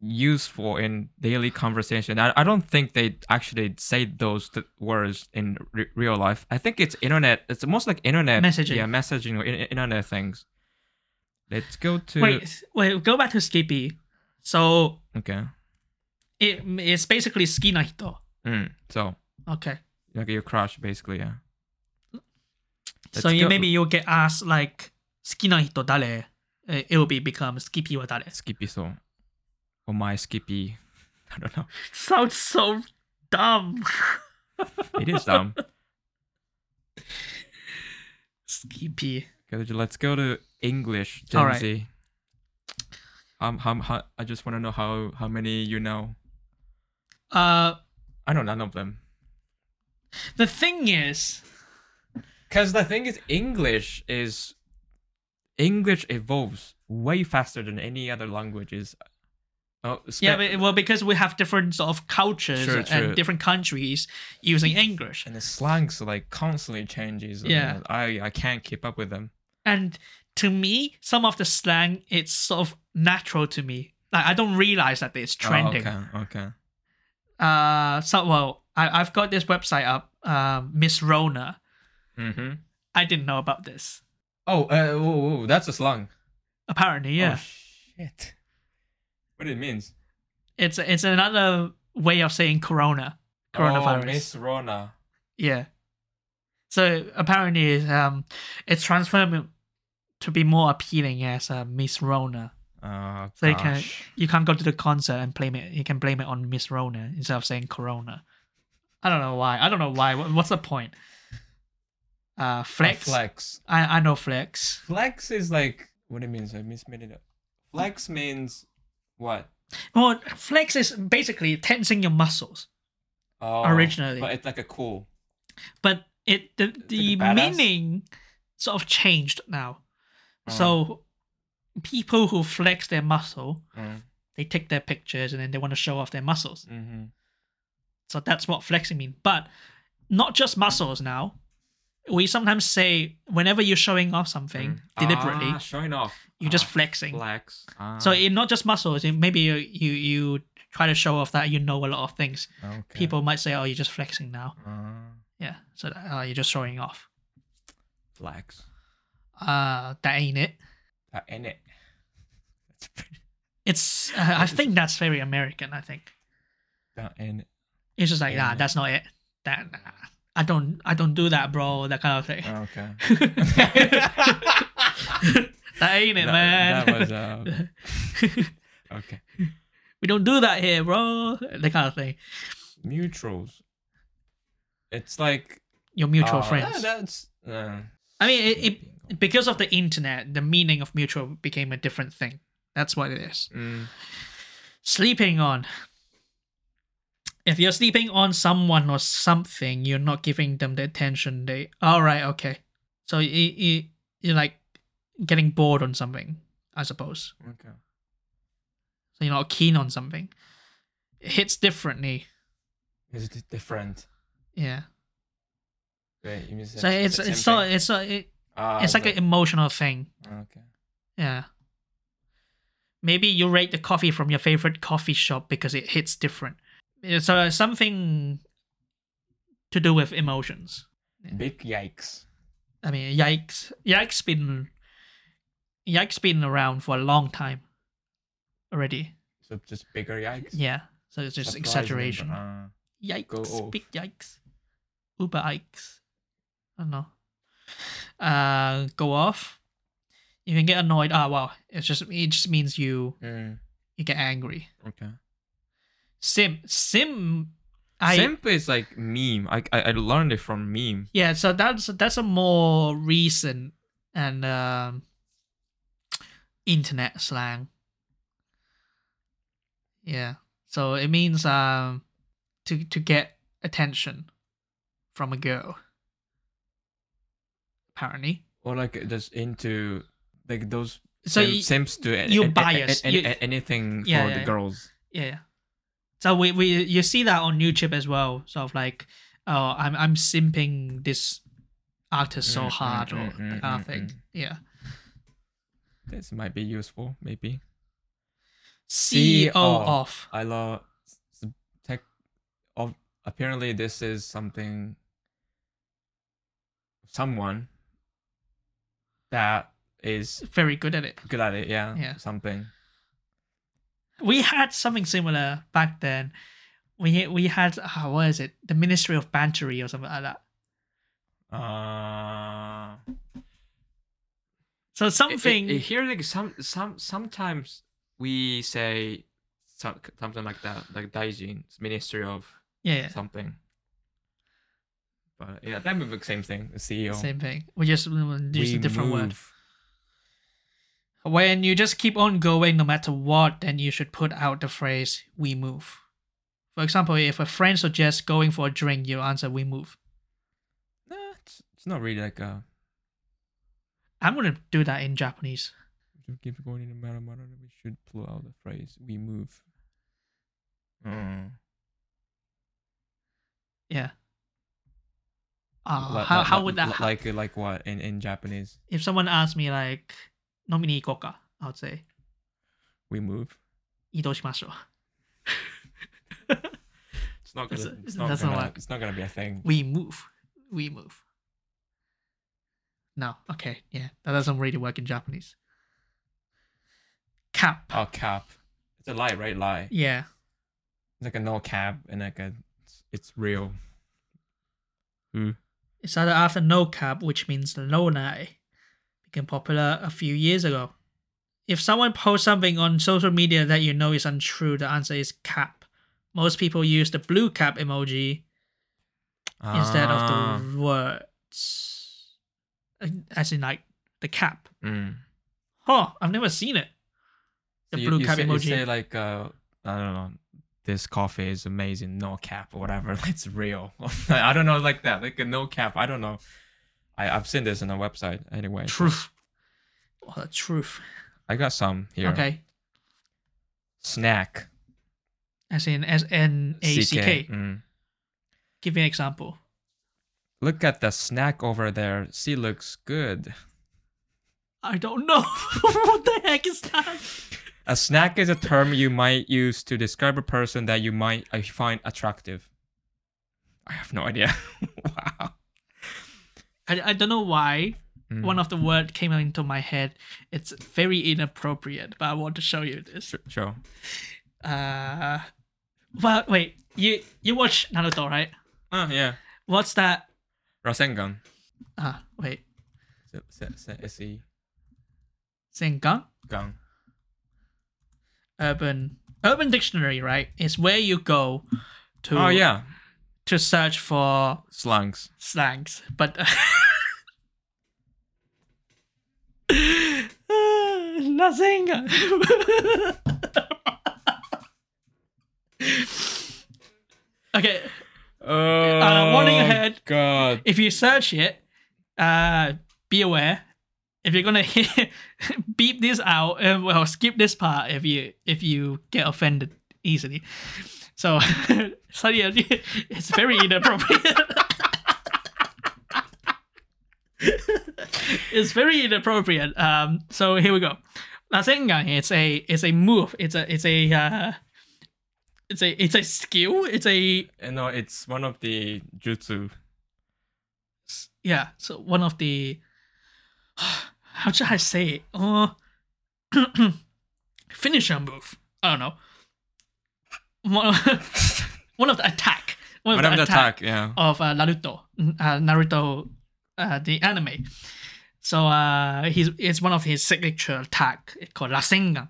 Speaker 2: useful in daily conversation. I, I don't think they actually say those th- words in re- real life. I think it's internet. It's most like internet
Speaker 1: Messaging.
Speaker 2: Yeah, messaging or in- internet things. Let's go to
Speaker 1: Wait, wait, go back to Skippy. So
Speaker 2: okay.
Speaker 1: it, it's basically ski na hito.
Speaker 2: Mm, so
Speaker 1: Okay.
Speaker 2: like your crush, basically, yeah.
Speaker 1: so
Speaker 2: Let's
Speaker 1: you,
Speaker 2: go-
Speaker 1: maybe you'll get asked like ski na hito dare. Uh, It will be become Skippy wa dare.
Speaker 2: Skippy so, or my Skippy. I don't know.
Speaker 1: Sounds so dumb.
Speaker 2: It is dumb.
Speaker 1: Skippy.
Speaker 2: Okay, let's go to English, Gen
Speaker 1: Alright.
Speaker 2: Z. Um, how, how, I just want to know how, how many you know.
Speaker 1: Uh,
Speaker 2: I know none of them.
Speaker 1: the thing is,
Speaker 2: Because the thing is, English is. English evolves way faster than any other languages. Oh, spe-
Speaker 1: yeah, but, well, because we have different sort of cultures
Speaker 2: True,
Speaker 1: and
Speaker 2: true.
Speaker 1: different countries using English,
Speaker 2: and the slangs like constantly changes. and
Speaker 1: Yeah.
Speaker 2: I, I can't keep up with them.
Speaker 1: and to me, some of the slang it's sort of natural to me. Like I don't realize that it's
Speaker 2: Oh,
Speaker 1: trending.
Speaker 2: okay, okay.
Speaker 1: uh so well I, i've got this website up um miss rona
Speaker 2: Mm-hmm.
Speaker 1: i didn't know about this
Speaker 2: Oh, uh, whoa, whoa, that's a slang.
Speaker 1: apparently
Speaker 2: Oh,
Speaker 1: yeah
Speaker 2: shit. What it means?
Speaker 1: it's it's another way of saying corona
Speaker 2: Oh,
Speaker 1: coronavirus
Speaker 2: Miss Rona.
Speaker 1: yeah so apparently it's, um it's transformed to be more appealing as uh, miss rona
Speaker 2: Oh,
Speaker 1: so you can
Speaker 2: gosh.
Speaker 1: you can't go to the concert and blame it you can blame it on miss rona instead of saying corona I don't know why. I don't know why. What- What's the point? Uh, flex.
Speaker 2: Flex.
Speaker 1: I I know flex.
Speaker 2: Flex is like what it means. I mismade it up. Flex means what?
Speaker 1: Well, flex is basically tensing your muscles,
Speaker 2: Oh,
Speaker 1: Originally.
Speaker 2: But it's like a cool.
Speaker 1: but it the the
Speaker 2: like badass. Oh.
Speaker 1: meaning sort of changed now. So people who flex their muscle,
Speaker 2: Mm,
Speaker 1: they take their pictures and then they want to show off their muscles.
Speaker 2: mm-hmm.
Speaker 1: So that's what flexing means. But not just muscles now. We sometimes say whenever you're showing off something deliberately,
Speaker 2: Ah, showing off.
Speaker 1: you're just
Speaker 2: Ah,
Speaker 1: flexing.
Speaker 2: flex. Ah,
Speaker 1: So it not just muscles. It, maybe you, you you try to show off that you know a lot of things.
Speaker 2: okay.
Speaker 1: People might say, "Oh, you're just flexing now."
Speaker 2: Ah,
Speaker 1: Yeah. So that, oh, you're just showing off.
Speaker 2: flex.
Speaker 1: Uh, that ain't it.
Speaker 2: That in it. That's pretty.
Speaker 1: It's. Uh, I think that's very American. I think
Speaker 2: That in it.
Speaker 1: it's just like,
Speaker 2: Ain't
Speaker 1: nah,
Speaker 2: it."
Speaker 1: that's not it. That nah, I don't. I don't do that, bro. That kind of thing.
Speaker 2: Okay.
Speaker 1: that ain't it,
Speaker 2: that,
Speaker 1: man.
Speaker 2: That was uh, okay.
Speaker 1: we don't do that here, bro. That kind of thing.
Speaker 2: Neutrals. It's like
Speaker 1: Your mutual
Speaker 2: uh,
Speaker 1: friends.
Speaker 2: that- that's. Uh,
Speaker 1: I mean, it, it because of the internet, the meaning of mutual became a different thing. That's what it is.
Speaker 2: mm,
Speaker 1: Sleeping on. If you're sleeping on someone or something, you're not giving them the attention they. All right, okay. So you, you you're like getting bored on something, I suppose.
Speaker 2: okay.
Speaker 1: So you're not keen on something. It hits differently.
Speaker 2: Is it different?
Speaker 1: Yeah.
Speaker 2: Wait, you mean
Speaker 1: So it's it's so it's so it, it's like an emotional thing.
Speaker 2: Ah, okay.
Speaker 1: Yeah. Maybe you rate the coffee from your favorite coffee shop because it hits different. Yeah, So uh, something to do with emotions.
Speaker 2: Big yikes.
Speaker 1: I mean, yikes! Yikes been yikes been around for a long time already.
Speaker 2: So just bigger yikes.
Speaker 1: Yeah. So it's just
Speaker 2: Surprise
Speaker 1: exaggeration.
Speaker 2: number. uh, Go
Speaker 1: Yikes!
Speaker 2: off.
Speaker 1: Big yikes! Uber yikes! I don't know. Uh, go off. You can get annoyed. Ah, well, it's just it just means you
Speaker 2: Ah, mm,
Speaker 1: you get angry.
Speaker 2: okay.
Speaker 1: Sim, sim, I
Speaker 2: Simp is like meme. I, I I learned it from meme.
Speaker 1: yeah. So that's that's a more recent and um, internet slang. Yeah. So it means um to to get attention from a girl. Apparently,
Speaker 2: Or like just into like those
Speaker 1: so
Speaker 2: sim-
Speaker 1: y-
Speaker 2: simps do a-
Speaker 1: you're
Speaker 2: a- a- a-
Speaker 1: biased.
Speaker 2: a-
Speaker 1: You-
Speaker 2: a- anything
Speaker 1: Yeah,
Speaker 2: for
Speaker 1: yeah,
Speaker 2: the
Speaker 1: yeah.
Speaker 2: girls.
Speaker 1: Yeah, yeah. So we, we you see that on YouTube as well, sort of like, oh, I'm I'm simping this artist so
Speaker 2: Mm, mm,
Speaker 1: hard or
Speaker 2: mm, mm,
Speaker 1: that kind
Speaker 2: mm,
Speaker 1: of thing.
Speaker 2: mm.
Speaker 1: Yeah.
Speaker 2: This might be useful, maybe.
Speaker 1: CEO
Speaker 2: CO.
Speaker 1: off.
Speaker 2: I love s- tech. Of apparently, this is something. Someone. That is
Speaker 1: Very good at it.
Speaker 2: good at it. Yeah.
Speaker 1: Yeah.
Speaker 2: Something.
Speaker 1: We had something similar back then. We we had oh, what is it? The Ministry of Bantery or something like that.
Speaker 2: Uh,
Speaker 1: So something.
Speaker 2: It, it- here, like some some sometimes we say some, something like that, like Daijin Ministry of
Speaker 1: yeah,
Speaker 2: something. But yeah, that would be the same thing. The E CEO.
Speaker 1: yeah, same thing. We just we use a
Speaker 2: We
Speaker 1: different word.
Speaker 2: move.
Speaker 1: When you just keep on going no matter what, then you should put out the phrase we move. For example, if a friend suggests going for a drink, you answer we move.
Speaker 2: Nah, it's, it's not really like a.
Speaker 1: I'm gonna do that in Japanese.
Speaker 2: We keep going in a matter matter. We should pull out the phrase. We move. Mm.
Speaker 1: Yeah. Uh,
Speaker 2: Li-
Speaker 1: how
Speaker 2: li-
Speaker 1: how
Speaker 2: li-
Speaker 1: would that
Speaker 2: li-
Speaker 1: ha-
Speaker 2: like like what in in Japanese?
Speaker 1: if someone asked me like nomini ikoka, I would say
Speaker 2: We move.
Speaker 1: idoshimashou.
Speaker 2: It's not
Speaker 1: That's
Speaker 2: gonna.
Speaker 1: a-
Speaker 2: it's, not
Speaker 1: that's not
Speaker 2: gonna
Speaker 1: like-
Speaker 2: it's not gonna be a thing.
Speaker 1: We move. We move. No, okay, yeah. That doesn't really work in Japanese. Cap.
Speaker 2: Oh, cap. It's a lie, right? Lie.
Speaker 1: Yeah.
Speaker 2: It's like a no cap and like a it's, it's real. Mm.
Speaker 1: It started after no cap, which means no lie. Became popular a few years ago. If someone posts something on social media that you know is untrue, the answer is cap. Most people use the blue cap emoji instead
Speaker 2: Ah,
Speaker 1: of the words, Uh, as in like the cap.
Speaker 2: mm.
Speaker 1: Huh, I've never seen it. The
Speaker 2: So you-
Speaker 1: blue
Speaker 2: you
Speaker 1: cap
Speaker 2: say, you
Speaker 1: emoji.
Speaker 2: say like uh, I don't know. This coffee is amazing, no cap or whatever. It's real. I don't know, like that, like a no cap. I don't know. I I've seen this on a website anyway.
Speaker 1: truth. Well, the truth.
Speaker 2: I got some here.
Speaker 1: Okay,
Speaker 2: Snack.
Speaker 1: as in S N A C K.
Speaker 2: Mm.
Speaker 1: Give me an example.
Speaker 2: Look at the snack over there. She looks good.
Speaker 1: I don't know. what the heck is that?
Speaker 2: A snack is a term you might use to describe a person that you might uh, find attractive. I have no idea. wow.
Speaker 1: I, I don't know why
Speaker 2: Mm.
Speaker 1: one of the word came into my head. It's very inappropriate, but I want to show you this.
Speaker 2: Sure. sure.
Speaker 1: Uh, well, wait. You you watch Naruto, right?
Speaker 2: Oh yeah.
Speaker 1: What's that?
Speaker 2: Rasengan.
Speaker 1: Ah, wait.
Speaker 2: Se- se- se- se-
Speaker 1: Sengan?
Speaker 2: Gang.
Speaker 1: Urban Urban Dictionary, right? Is where you go to
Speaker 2: Oh yeah.
Speaker 1: to search for
Speaker 2: Slangs.
Speaker 1: slangs, but nothing. okay, Uh,
Speaker 2: Oh.
Speaker 1: warning ahead.
Speaker 2: God.
Speaker 1: if you search it, uh, be aware. If you're gonna beep this out, uh, well, skip this part if you if you get offended easily. So, sorry, uh, it's very inappropriate. it's very inappropriate. Um, so here we go. Lasengan, it's a it's a move. It's a it's a uh, it's a it's a skill. It's a
Speaker 2: Uh, No, it's one of the jutsu.
Speaker 1: s- yeah, so one of the how should I say it? Uh, finisher move. I don't know. One, one of the attack. One of
Speaker 2: Madame
Speaker 1: the attack,
Speaker 2: attack. Yeah.
Speaker 1: of uh, Naruto. n- Uh, Naruto, uh, the anime. So uh, he's it's one of his signature attack called Rasengan,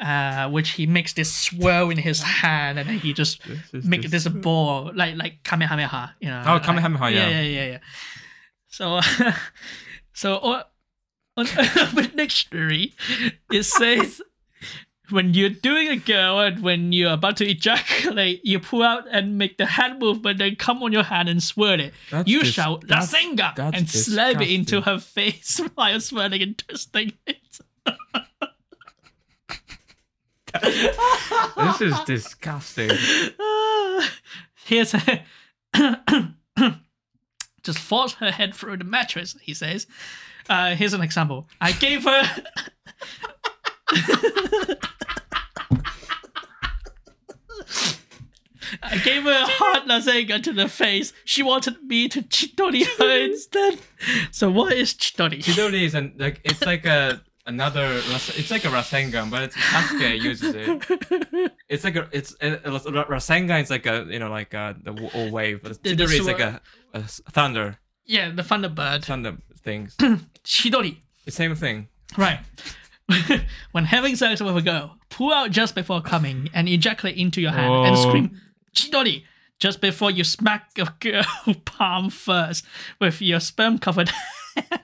Speaker 1: uh, which he makes this swirl in his hand and then he just make this a ball like like kamehameha you know
Speaker 2: Oh,
Speaker 1: like-
Speaker 2: Kamehameha, yeah.
Speaker 1: yeah yeah yeah, yeah. so so oh, on, on urban dictionary it says when you're doing a girl and when you're about to ejaculate you pull out and make the hand movement then come on your hand and swirl it
Speaker 2: That's
Speaker 1: you
Speaker 2: dis-
Speaker 1: shall
Speaker 2: that's-
Speaker 1: rasengan
Speaker 2: that's
Speaker 1: and slam it into
Speaker 2: disgusting.
Speaker 1: her face while swirling and twisting it
Speaker 2: This is disgusting.
Speaker 1: Ah, Here's her. Just force her head through the mattress, he says. Uh, here's an example. I gave her. I gave her a hard lasagna to the face. She wanted me to chidori her instead. So what is chidori?
Speaker 2: Chidori is an, like it's like a another ras- it's like a Rasengan, but it's Sasuke uses it. It's like a it's uh, a, a ras- Rasengan is like a you know like a the w- old wave, but
Speaker 1: The- the
Speaker 2: Chidori is like
Speaker 1: sword.
Speaker 2: a, a s- thunder
Speaker 1: yeah, the thunderbird.
Speaker 2: thunder things.
Speaker 1: Chidori.
Speaker 2: the same thing.
Speaker 1: Right. when having sex with a girl, pull out just before coming and ejaculate into your hand and
Speaker 2: Oh.
Speaker 1: scream chidori just before you smack a girl palm first with your sperm covered hand.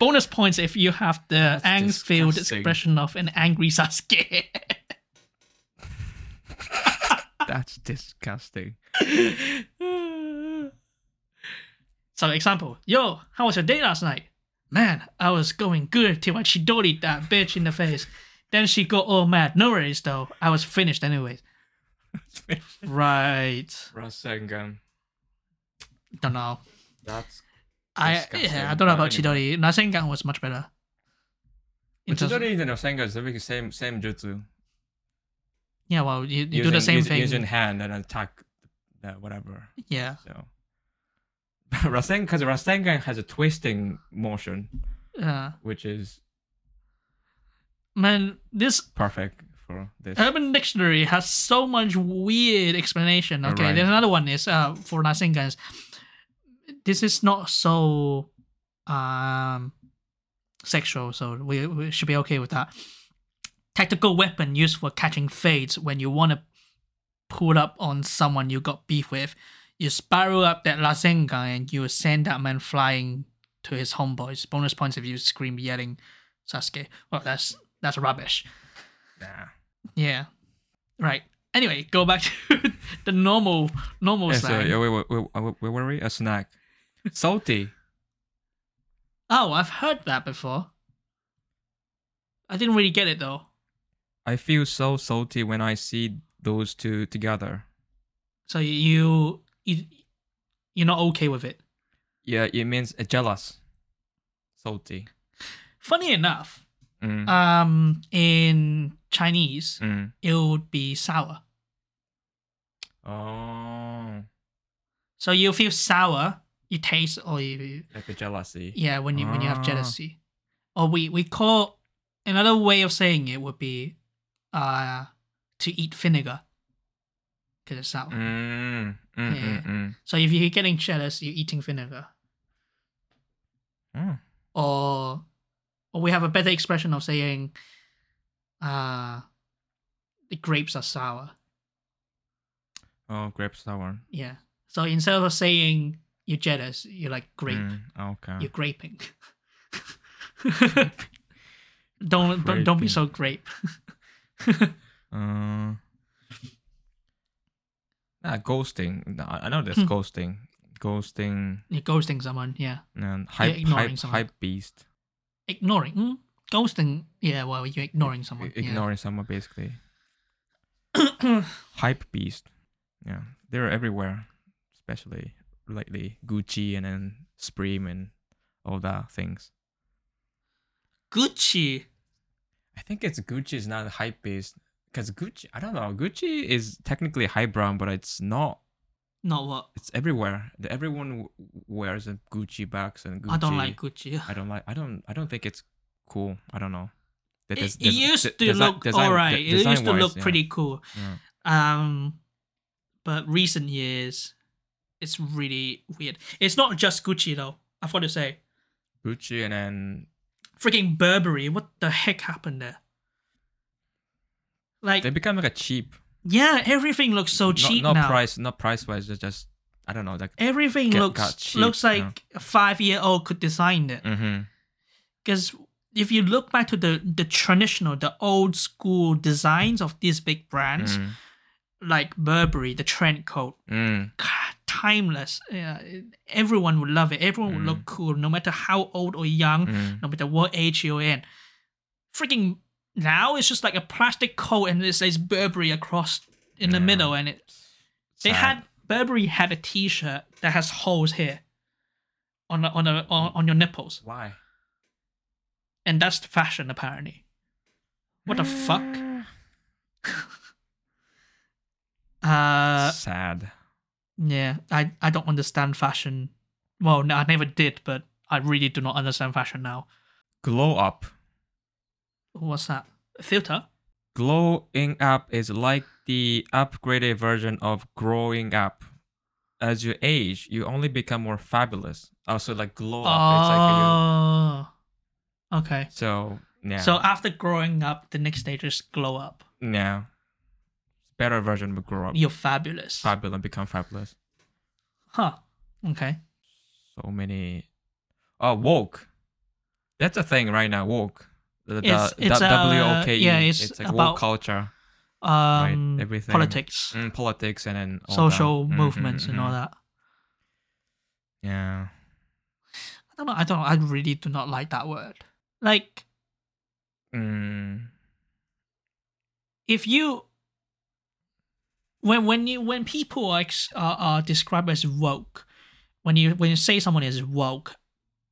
Speaker 1: Bonus points if you have the angst filled
Speaker 2: disgusting.
Speaker 1: expression of an angry Sasuke.
Speaker 2: That's disgusting.
Speaker 1: so example, yo, how was your day last night? Man, I was going good till I chidori that bitch in the face. Then she got all mad. No worries though, I was finished anyways. Right.
Speaker 2: Rasengan.
Speaker 1: Don't know.
Speaker 2: That's
Speaker 1: I
Speaker 2: Disgusting.
Speaker 1: yeah, I don't know about
Speaker 2: Not
Speaker 1: Chidori. Nasengan was much better. In
Speaker 2: but
Speaker 1: terms-
Speaker 2: Chidori and Rasengan is the same same jutsu.
Speaker 1: yeah, well, you, you do the same
Speaker 2: using,
Speaker 1: thing.
Speaker 2: Using hand and attack, uh, whatever.
Speaker 1: yeah,
Speaker 2: So. Rasengan, because Rasengan has a twisting motion,
Speaker 1: yeah.
Speaker 2: which is
Speaker 1: uh, Man, this
Speaker 2: perfect for this.
Speaker 1: Urban Dictionary has so much weird explanation. Okay,
Speaker 2: Alright.
Speaker 1: then another one is uh for Nasengans. This is not so um sexual, so we, we should be okay with that. Tactical weapon used for catching fades when you want to pull up on someone you got beef with. you spiral up that last Zengan and you send that man flying to his homeboys. Bonus points if you scream yelling Sasuke. Well, that's that's rubbish.
Speaker 2: Nah.
Speaker 1: Yeah. Right. Anyway, go back to the normal normal
Speaker 2: Yeah,
Speaker 1: side.
Speaker 2: so, yeah, wait, wait, wait, wait, wait, where were we? A snack. Salty.
Speaker 1: Oh, I've heard that before. I didn't really get it though.
Speaker 2: I feel so salty when I see those two together.
Speaker 1: So you you you're not okay with it.
Speaker 2: Yeah, it means uh, jealous. Salty.
Speaker 1: Funny enough,
Speaker 2: Mm.
Speaker 1: um, in Chinese,
Speaker 2: mm.
Speaker 1: it would be sour.
Speaker 2: Oh,
Speaker 1: So you feel sour, you taste, or you
Speaker 2: like a jealousy.
Speaker 1: yeah when you when you have
Speaker 2: Ah.
Speaker 1: jealousy, or we we call another way of saying it would be, uh, to eat vinegar, because it's sour.
Speaker 2: Mm, mm,
Speaker 1: Yeah.
Speaker 2: mm, mm.
Speaker 1: So if you're getting jealous, you're eating vinegar.
Speaker 2: Mm.
Speaker 1: or or we have a better expression of saying uh the grapes are sour
Speaker 2: Oh, grape sour.
Speaker 1: yeah so instead of saying you're jealous you're like grape
Speaker 2: Mm, okay.
Speaker 1: you're graping don't don't- don't be
Speaker 2: Graping.
Speaker 1: so grape
Speaker 2: Uh, nah, ghosting. Nah, I I know there's
Speaker 1: Hmm.
Speaker 2: ghosting. Ghosting
Speaker 1: you're ghosting someone yeah
Speaker 2: and hype,
Speaker 1: ignoring
Speaker 2: hype,
Speaker 1: someone.
Speaker 2: hype beast.
Speaker 1: ignoring mm? ghosting yeah well you're ignoring someone yeah.
Speaker 2: Ignoring someone basically. hype beast. Yeah, they're everywhere, especially lately. Gucci and then Supreme and all that things.
Speaker 1: gucci
Speaker 2: I think it's Gucci is not hype beast because Gucci. I don't know. Gucci is technically high brand, but it's not.
Speaker 1: not what
Speaker 2: It's everywhere. The- Everyone w- wears a Gucci bags and Gucci.
Speaker 1: i don't like gucci
Speaker 2: I don't like. I don't. I don't think it's cool. I don't know. That
Speaker 1: it,
Speaker 2: is-
Speaker 1: it
Speaker 2: des-
Speaker 1: used
Speaker 2: de-
Speaker 1: to
Speaker 2: desi-
Speaker 1: look
Speaker 2: design-
Speaker 1: all right.
Speaker 2: de-
Speaker 1: it used to
Speaker 2: design-wise,
Speaker 1: look
Speaker 2: yeah. Mm.
Speaker 1: pretty cool.
Speaker 2: Yeah.
Speaker 1: Um, but recent years, it's really weird. It's not just Gucci though. I have got to say,
Speaker 2: Gucci and then
Speaker 1: freaking Burberry. What the heck happened there? Like,
Speaker 2: they become like a cheap.
Speaker 1: yeah, everything looks so
Speaker 2: not-
Speaker 1: cheap
Speaker 2: not,
Speaker 1: now.
Speaker 2: price. Not price wise. Just, just I don't know. Like.
Speaker 1: Everything
Speaker 2: Get- got
Speaker 1: looks
Speaker 2: cheap,
Speaker 1: looks
Speaker 2: yeah.
Speaker 1: like a five year old could design it.
Speaker 2: Mm-hmm.
Speaker 1: because if you look back to the the traditional the old school designs of these big brands
Speaker 2: Mm.
Speaker 1: like burberry the trend coat
Speaker 2: Mm.
Speaker 1: God, timeless yeah, everyone would love it everyone would look cool no matter how old or young
Speaker 2: Mm.
Speaker 1: no matter what age you're in freaking now it's just like a plastic coat and it says burberry across in the
Speaker 2: Yeah.
Speaker 1: middle and it they
Speaker 2: Sad.
Speaker 1: had burberry had a t-shirt that has holes here on the- on the, on, on your nipples
Speaker 2: why?
Speaker 1: and that's the fashion apparently. What the fuck? Uh,
Speaker 2: Sad.
Speaker 1: yeah, I I don't understand fashion. Well, no, I never did, but I really do not understand fashion now.
Speaker 2: Glow up.
Speaker 1: What's that? Filter?
Speaker 2: Glowing up is like the upgraded version of growing up. As you age, you only become more fabulous. Also, like glow up. It's like
Speaker 1: Oh, okay.
Speaker 2: you, so yeah,
Speaker 1: So after growing up, the next stage is glow up.
Speaker 2: yeah, better version of grow up.
Speaker 1: You're fabulous.
Speaker 2: Fabulous become fabulous.
Speaker 1: Huh. Okay.
Speaker 2: So many. Oh, woke. That's a thing right now. Woke. The, the,
Speaker 1: It's-
Speaker 2: the
Speaker 1: it's, uh,
Speaker 2: W-O-K-E.
Speaker 1: yeah, it's
Speaker 2: E. like
Speaker 1: about-
Speaker 2: woke culture,
Speaker 1: Um,
Speaker 2: everything.
Speaker 1: politics,
Speaker 2: mm, politics, and then all that.
Speaker 1: social
Speaker 2: Mhm,
Speaker 1: movements, and all
Speaker 2: mhm.
Speaker 1: that.
Speaker 2: Yeah.
Speaker 1: I don't know. I don't. I really do not like that word. Like,
Speaker 2: Mm.
Speaker 1: if you when when you when people are ex- are, are described as woke when you when you say someone is woke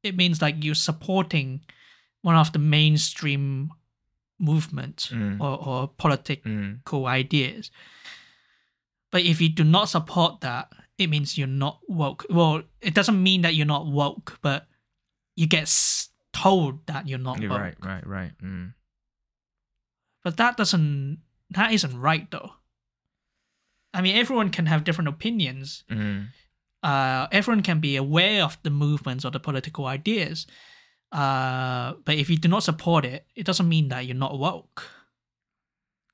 Speaker 1: it means like you're supporting one of the mainstream movements
Speaker 2: Mm.
Speaker 1: or, or political
Speaker 2: Mm.
Speaker 1: ideas but if you do not support that it means you're not woke well it doesn't mean that you're not woke but you get s- told that you're not
Speaker 2: You're
Speaker 1: woke
Speaker 2: right, right, right. Mm.
Speaker 1: But that doesn't that isn't right though. I mean everyone can have different opinions.
Speaker 2: Mm.
Speaker 1: Uh everyone can be aware of the movements or the political ideas. Uh but if you do not support it, it doesn't mean that you're not woke.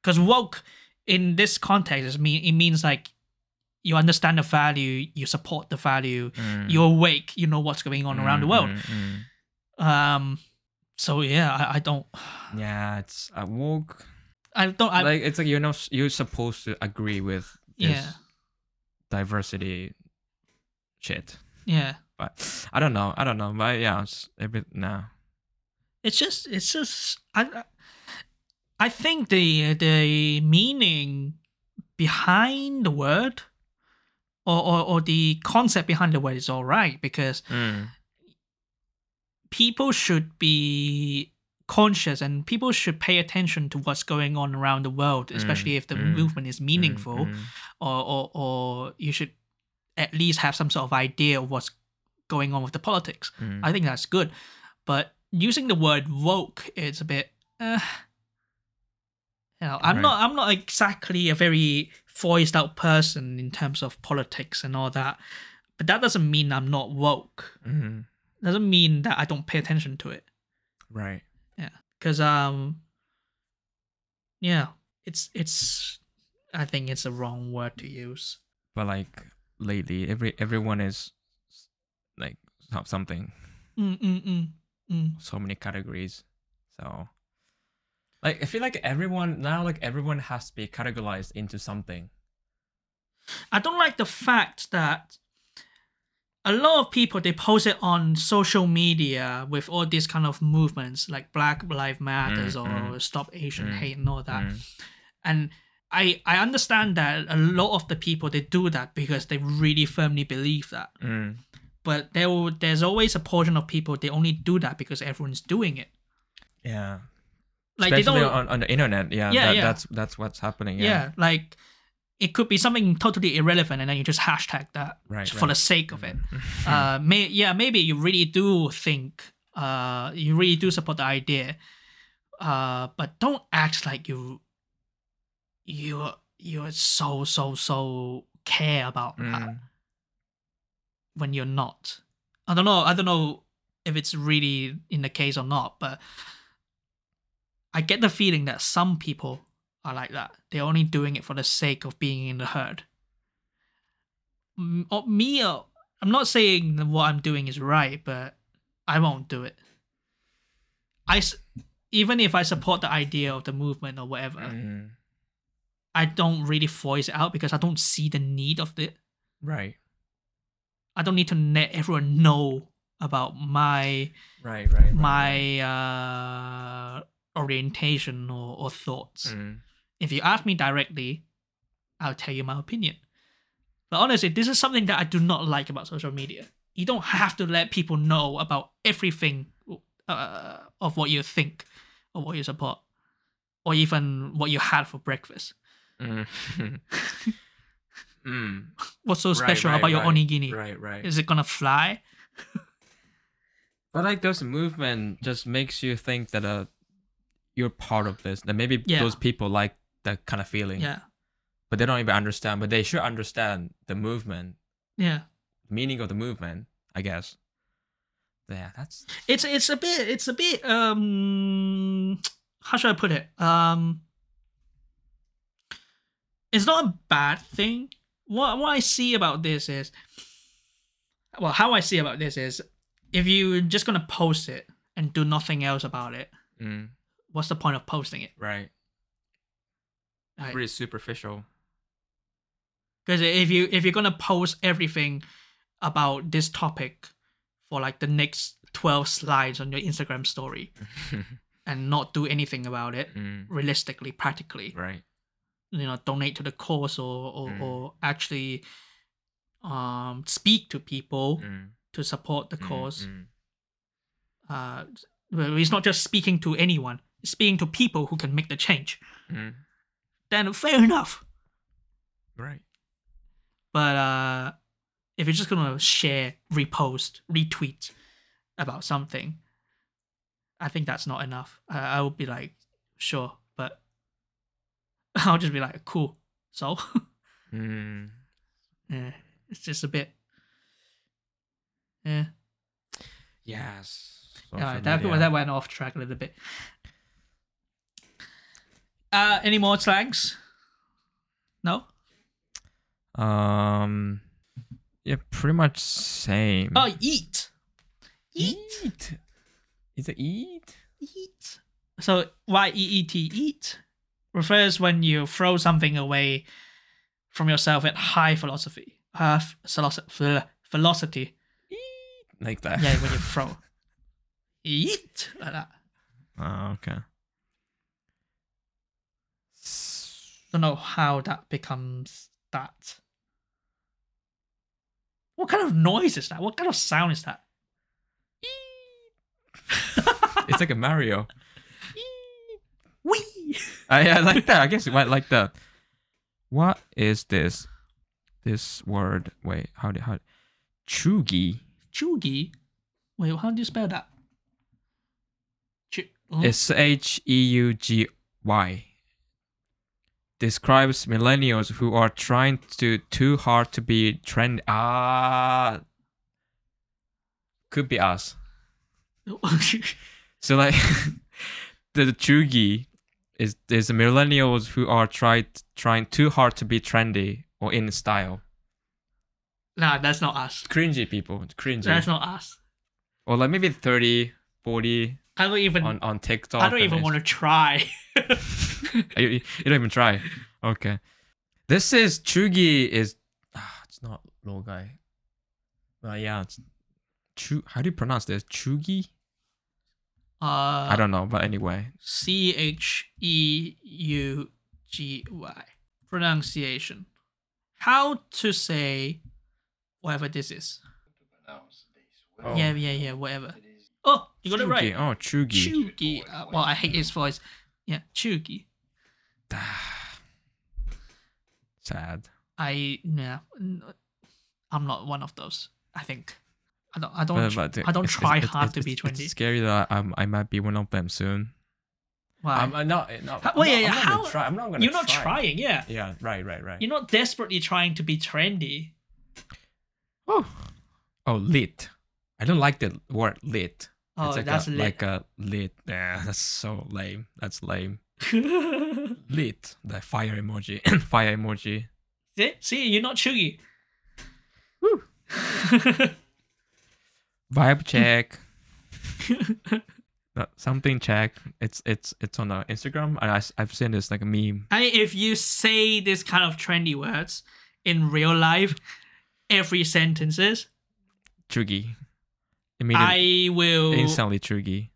Speaker 1: Cuz woke in this context is mean it means like you understand the value, you support the value,
Speaker 2: Hmm. mm.
Speaker 1: you're awake, you know what's going on around the world. Um, so yeah, I, I don't,
Speaker 2: Yeah, it's a woke.
Speaker 1: I don't, I,
Speaker 2: like it's like you're not you're supposed to agree with this
Speaker 1: yeah,
Speaker 2: diversity shit.
Speaker 1: yeah.
Speaker 2: But I don't know. I don't know. But yeah, it's every nah.
Speaker 1: It's just, it's just, I, I think the the meaning behind the word, or or, or the concept behind the word is all right because
Speaker 2: Mm.
Speaker 1: people should be conscious and people should pay attention to what's going on around the world, especially if the
Speaker 2: mm,
Speaker 1: movement is meaningful,
Speaker 2: Mm, mm.
Speaker 1: Or, or or you should at least have some sort of idea of what's going on with the politics.
Speaker 2: Mm.
Speaker 1: I think that's good, but using the word woke is a bit. Uh, you know, I'm
Speaker 2: Right.
Speaker 1: not. I'm not exactly a very voiced out person in terms of politics and all that, but that doesn't mean I'm not woke
Speaker 2: Mm.
Speaker 1: doesn't mean that I don't pay attention to it.
Speaker 2: Right.
Speaker 1: Cause um yeah, it's it's I think it's the wrong word to use.
Speaker 2: But like lately, every everyone is like some- something.
Speaker 1: Mm mm mm. mm.
Speaker 2: so many categories. So like I feel like everyone now like everyone has to be categorized into something.
Speaker 1: I don't like the fact that a lot of people they post it on social media with all these kind of movements like Black Lives Matters
Speaker 2: Mm,
Speaker 1: or
Speaker 2: mm.
Speaker 1: Stop Asian
Speaker 2: Mm,
Speaker 1: Hate and all that.
Speaker 2: Mm.
Speaker 1: And I I understand that a lot of the people they do that because they really firmly believe that.
Speaker 2: Mm.
Speaker 1: but there will, there's always a portion of people they only do that because everyone's doing it
Speaker 2: Yeah.
Speaker 1: like
Speaker 2: Especially
Speaker 1: they don't
Speaker 2: on, on the internet. Yeah.
Speaker 1: Yeah,
Speaker 2: that,
Speaker 1: yeah.
Speaker 2: That's that's what's happening.
Speaker 1: yeah.
Speaker 2: Yeah.
Speaker 1: like it could be something totally irrelevant and then you just hashtag that
Speaker 2: Right,
Speaker 1: just for
Speaker 2: right.
Speaker 1: the sake of it
Speaker 2: Hmm.
Speaker 1: uh may, yeah maybe you really do think uh you really do support the idea uh but don't act like you you you're so so so care about that
Speaker 2: Mm.
Speaker 1: when you're not. I don't know. I don't know if it's really in the case or not, but I get the feeling that some people are like that. They're only doing it for the sake of being in the herd. M- or me, uh, I'm not saying that what I'm doing is right, but I won't do it. I s- even if I support the idea of the movement or whatever,
Speaker 2: Mm.
Speaker 1: I don't really voice it out because I don't see the need of it.
Speaker 2: Right.
Speaker 1: I don't need to let everyone know about my
Speaker 2: Right. Right. right, right.
Speaker 1: my uh, orientation or, or thoughts.
Speaker 2: Mm.
Speaker 1: If you ask me directly, I'll tell you my opinion. But honestly, this is something that I do not like about social media. You don't have to let people know about everything uh, of what you think or what you support or even what you had for breakfast.
Speaker 2: Mm. mm.
Speaker 1: What's so
Speaker 2: Right,
Speaker 1: special
Speaker 2: right,
Speaker 1: about your
Speaker 2: right,
Speaker 1: onigiri?
Speaker 2: Right. Right.
Speaker 1: Is it gonna fly?
Speaker 2: But like those movement just makes you think that uh you're part of this. That maybe
Speaker 1: Yeah.
Speaker 2: those people like that kind of feeling.
Speaker 1: Yeah.
Speaker 2: But they don't even understand. But they should understand the movement,
Speaker 1: Yeah.
Speaker 2: meaning of the movement, I guess. Yeah, that's
Speaker 1: it's it's a bit it's a bit um how should I put it um it's not a bad thing what what I see about this is well how I see about this is if you're just gonna post it and do nothing else about it
Speaker 2: mm,
Speaker 1: what's the point of posting it
Speaker 2: right.
Speaker 1: Right.
Speaker 2: Pretty superficial.
Speaker 1: because if you if you're gonna post everything about this topic for like the next 12 slides on your Instagram story and not do anything about it
Speaker 2: Mm,
Speaker 1: realistically practically
Speaker 2: right.
Speaker 1: you know donate to the cause or or,
Speaker 2: Mm.
Speaker 1: or actually um speak to people
Speaker 2: Mm,
Speaker 1: to support the
Speaker 2: mm,
Speaker 1: cause
Speaker 2: mm.
Speaker 1: Uh well it's not just speaking to anyone it's speaking to people who can make the change
Speaker 2: Mm,
Speaker 1: then fair enough
Speaker 2: right.
Speaker 1: but uh if you're just gonna share repost retweet about something i think that's not enough i, I would be like sure but i'll just be like cool so
Speaker 2: Mm.
Speaker 1: Yeah, it's just a bit. Yeah,
Speaker 2: Yes.
Speaker 1: Alright,
Speaker 2: Social
Speaker 1: that,
Speaker 2: media.
Speaker 1: that went off track a little bit. Uh, any more slangs? No.
Speaker 2: Um, yeah, pretty much same.
Speaker 1: Oh, eat. Eat.
Speaker 2: eat. Is it eat?
Speaker 1: Eat. So Y E E T eat refers when you throw something away from yourself at high velocity. Uh, f- veloci- vel- velocity.
Speaker 2: Like that.
Speaker 1: Yeah, when you throw. Eat like that.
Speaker 2: Ah, okay. S-
Speaker 1: Don't know how that becomes that. What kind of noise is that? What kind of sound is that?
Speaker 2: It's like a Mario.
Speaker 1: Wee.
Speaker 2: I, I like that. I guess you might like that. What is this? This word. Wait, how did how? Chugi
Speaker 1: Chugi. Wait, how do you spell that? Chu- oh,
Speaker 2: is H E U G Y. Describes millennials who are trying to too hard to be trend. Ah, could be us. So like the chugi is is the millennials who are tried trying too hard to be trendy or in style.
Speaker 1: nah, that's not us.
Speaker 2: Cringy people, cringy.
Speaker 1: That's not us.
Speaker 2: or like maybe 30, 40
Speaker 1: I don't even.
Speaker 2: on on TikTok.
Speaker 1: I don't even want to try.
Speaker 2: to. You, you don't even try. Okay. This is chugi is ah, it's not low guy. Well, yeah, it's chu. How do you pronounce this? Chugi? I
Speaker 1: Uh,
Speaker 2: don't know, but anyway,
Speaker 1: C H E U G Y pronunciation. How to say whatever this is?
Speaker 2: Oh.
Speaker 1: Yeah, yeah, yeah. Whatever. Oh, you got it
Speaker 2: Chugi.
Speaker 1: right.
Speaker 2: Oh, chugi.
Speaker 1: Chugi. Uh, well, I hate his voice. Yeah, Chugi.
Speaker 2: Sad.
Speaker 1: I yeah, n- I'm not one of those. I think I don't. I
Speaker 2: But-
Speaker 1: don't.
Speaker 2: but
Speaker 1: I don't
Speaker 2: it's-
Speaker 1: try
Speaker 2: it's-
Speaker 1: hard
Speaker 2: it's-
Speaker 1: to be
Speaker 2: it's-
Speaker 1: trendy.
Speaker 2: It's scary that I'm, I might be one of them soon.
Speaker 1: Why?
Speaker 2: I'm, I'm not. not
Speaker 1: How-
Speaker 2: I'm
Speaker 1: wait,
Speaker 2: not-
Speaker 1: yeah,
Speaker 2: I'm not
Speaker 1: how-
Speaker 2: gonna try. I'm not gonna
Speaker 1: You're not
Speaker 2: try.
Speaker 1: trying. Yeah.
Speaker 2: Yeah, right, right, right.
Speaker 1: You're not desperately trying to be trendy.
Speaker 2: Oh, oh, lit. I don't like the word lit.
Speaker 1: Oh,
Speaker 2: it's like
Speaker 1: that's
Speaker 2: a,
Speaker 1: lit.
Speaker 2: Like a lit. Yeah, that's so lame. That's lame. Lit. The fire emoji. fire emoji.
Speaker 1: see, see, you're not Chugi.
Speaker 2: Vibe check. Uh, Something check. It's it's it's on uh, Instagram. And I s- I've seen this like a meme.
Speaker 1: I mean, if you say this kind of trendy words in real life, every sentence is
Speaker 2: Chugi. Immediately,
Speaker 1: I will.
Speaker 2: instantly Chugi.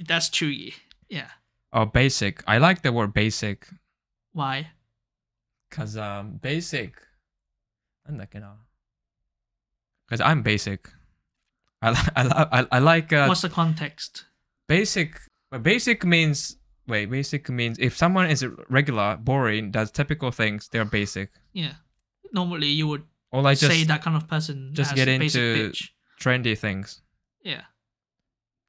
Speaker 1: That's Chugi. Yeah.
Speaker 2: Oh, basic. I like the word basic.
Speaker 1: Why?
Speaker 2: Cause um basic. I'm not gonna. Cause I'm basic. I li- I li- I, I like uh,
Speaker 1: What's the context?
Speaker 2: basic. but Basic means wait. Basic means if someone is regular, boring, does typical things, they're basic.
Speaker 1: Yeah. Normally, you would
Speaker 2: Or like
Speaker 1: say
Speaker 2: just
Speaker 1: that kind of person
Speaker 2: just
Speaker 1: as
Speaker 2: get
Speaker 1: a basic
Speaker 2: into-
Speaker 1: bitch.
Speaker 2: trendy things.
Speaker 1: Yeah,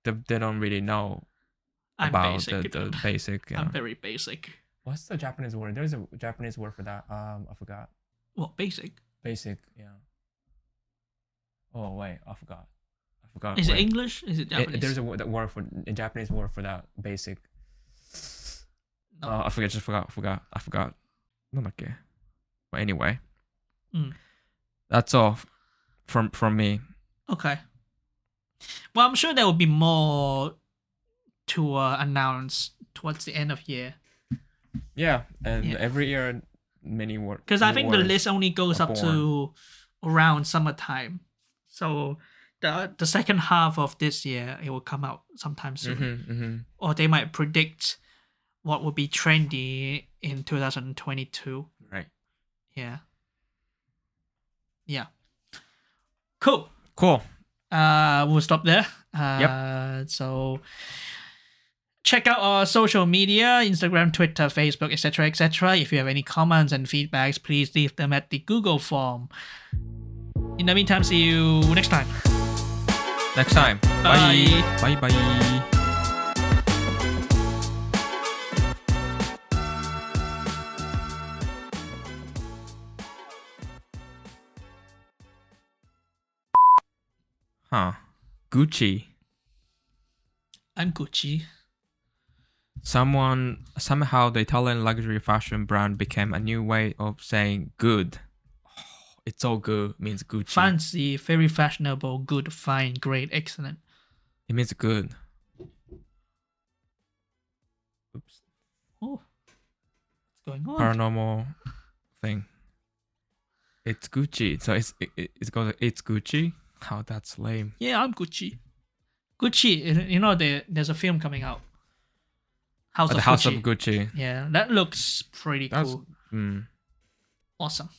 Speaker 2: They, they don't really know
Speaker 1: I'm
Speaker 2: about
Speaker 1: basic.
Speaker 2: the, the basic. Yeah.
Speaker 1: I'm very basic.
Speaker 2: What's the Japanese word? There's a Japanese word for that. Um, I forgot.
Speaker 1: What basic?
Speaker 2: Basic. Yeah. Oh wait, I forgot. I forgot.
Speaker 1: Is it
Speaker 2: wait.
Speaker 1: English? Is it
Speaker 2: It-
Speaker 1: Japanese?
Speaker 2: there's a, wo- that word for a Japanese word for that basic.
Speaker 1: No.
Speaker 2: Oh, I forget. Just forgot. Forgot. I forgot. Not like it. But anyway,
Speaker 1: Mm.
Speaker 2: that's all f- from from me.
Speaker 1: okay. Well, I'm sure there will be more to uh, announce towards the end of year
Speaker 2: Yeah, and
Speaker 1: Yeah.
Speaker 2: every year many words.
Speaker 1: because I think the list only goes
Speaker 2: are
Speaker 1: up to around summertime. So the the second half of this year it will come out sometime soon,
Speaker 2: Mm-hmm,
Speaker 1: or they might predict what will be trendy in 2022.
Speaker 2: Right.
Speaker 1: Yeah. Yeah. Cool.
Speaker 2: Cool.
Speaker 1: Uh, we'll stop there. Uh, So check out our social media Instagram, Twitter, Facebook, etc. etc. If you have any comments and feedbacks, please leave them at the Google form. In the meantime, see you next time.
Speaker 2: Next time.
Speaker 1: Bye.
Speaker 2: Bye. Bye. bye. Huh. Gucci.
Speaker 1: I'm Gucci.
Speaker 2: Someone somehow the Italian luxury fashion brand became a new way of saying good. it's all good means Gucci.
Speaker 1: Fancy, very fashionable, good, fine, great, excellent.
Speaker 2: It means good. Oops.
Speaker 1: Oh, what's going on?
Speaker 2: Paranormal thing. It's Gucci. So it's it, it- it's called it's Gucci. How that's lame.
Speaker 1: Yeah, I'm Gucci. Gucci, you know, there, there's a film coming out. House
Speaker 2: Uh,
Speaker 1: of
Speaker 2: the House
Speaker 1: Gucci.
Speaker 2: of Gucci.
Speaker 1: yeah, that looks pretty
Speaker 2: That's
Speaker 1: cool.
Speaker 2: mm,
Speaker 1: Awesome.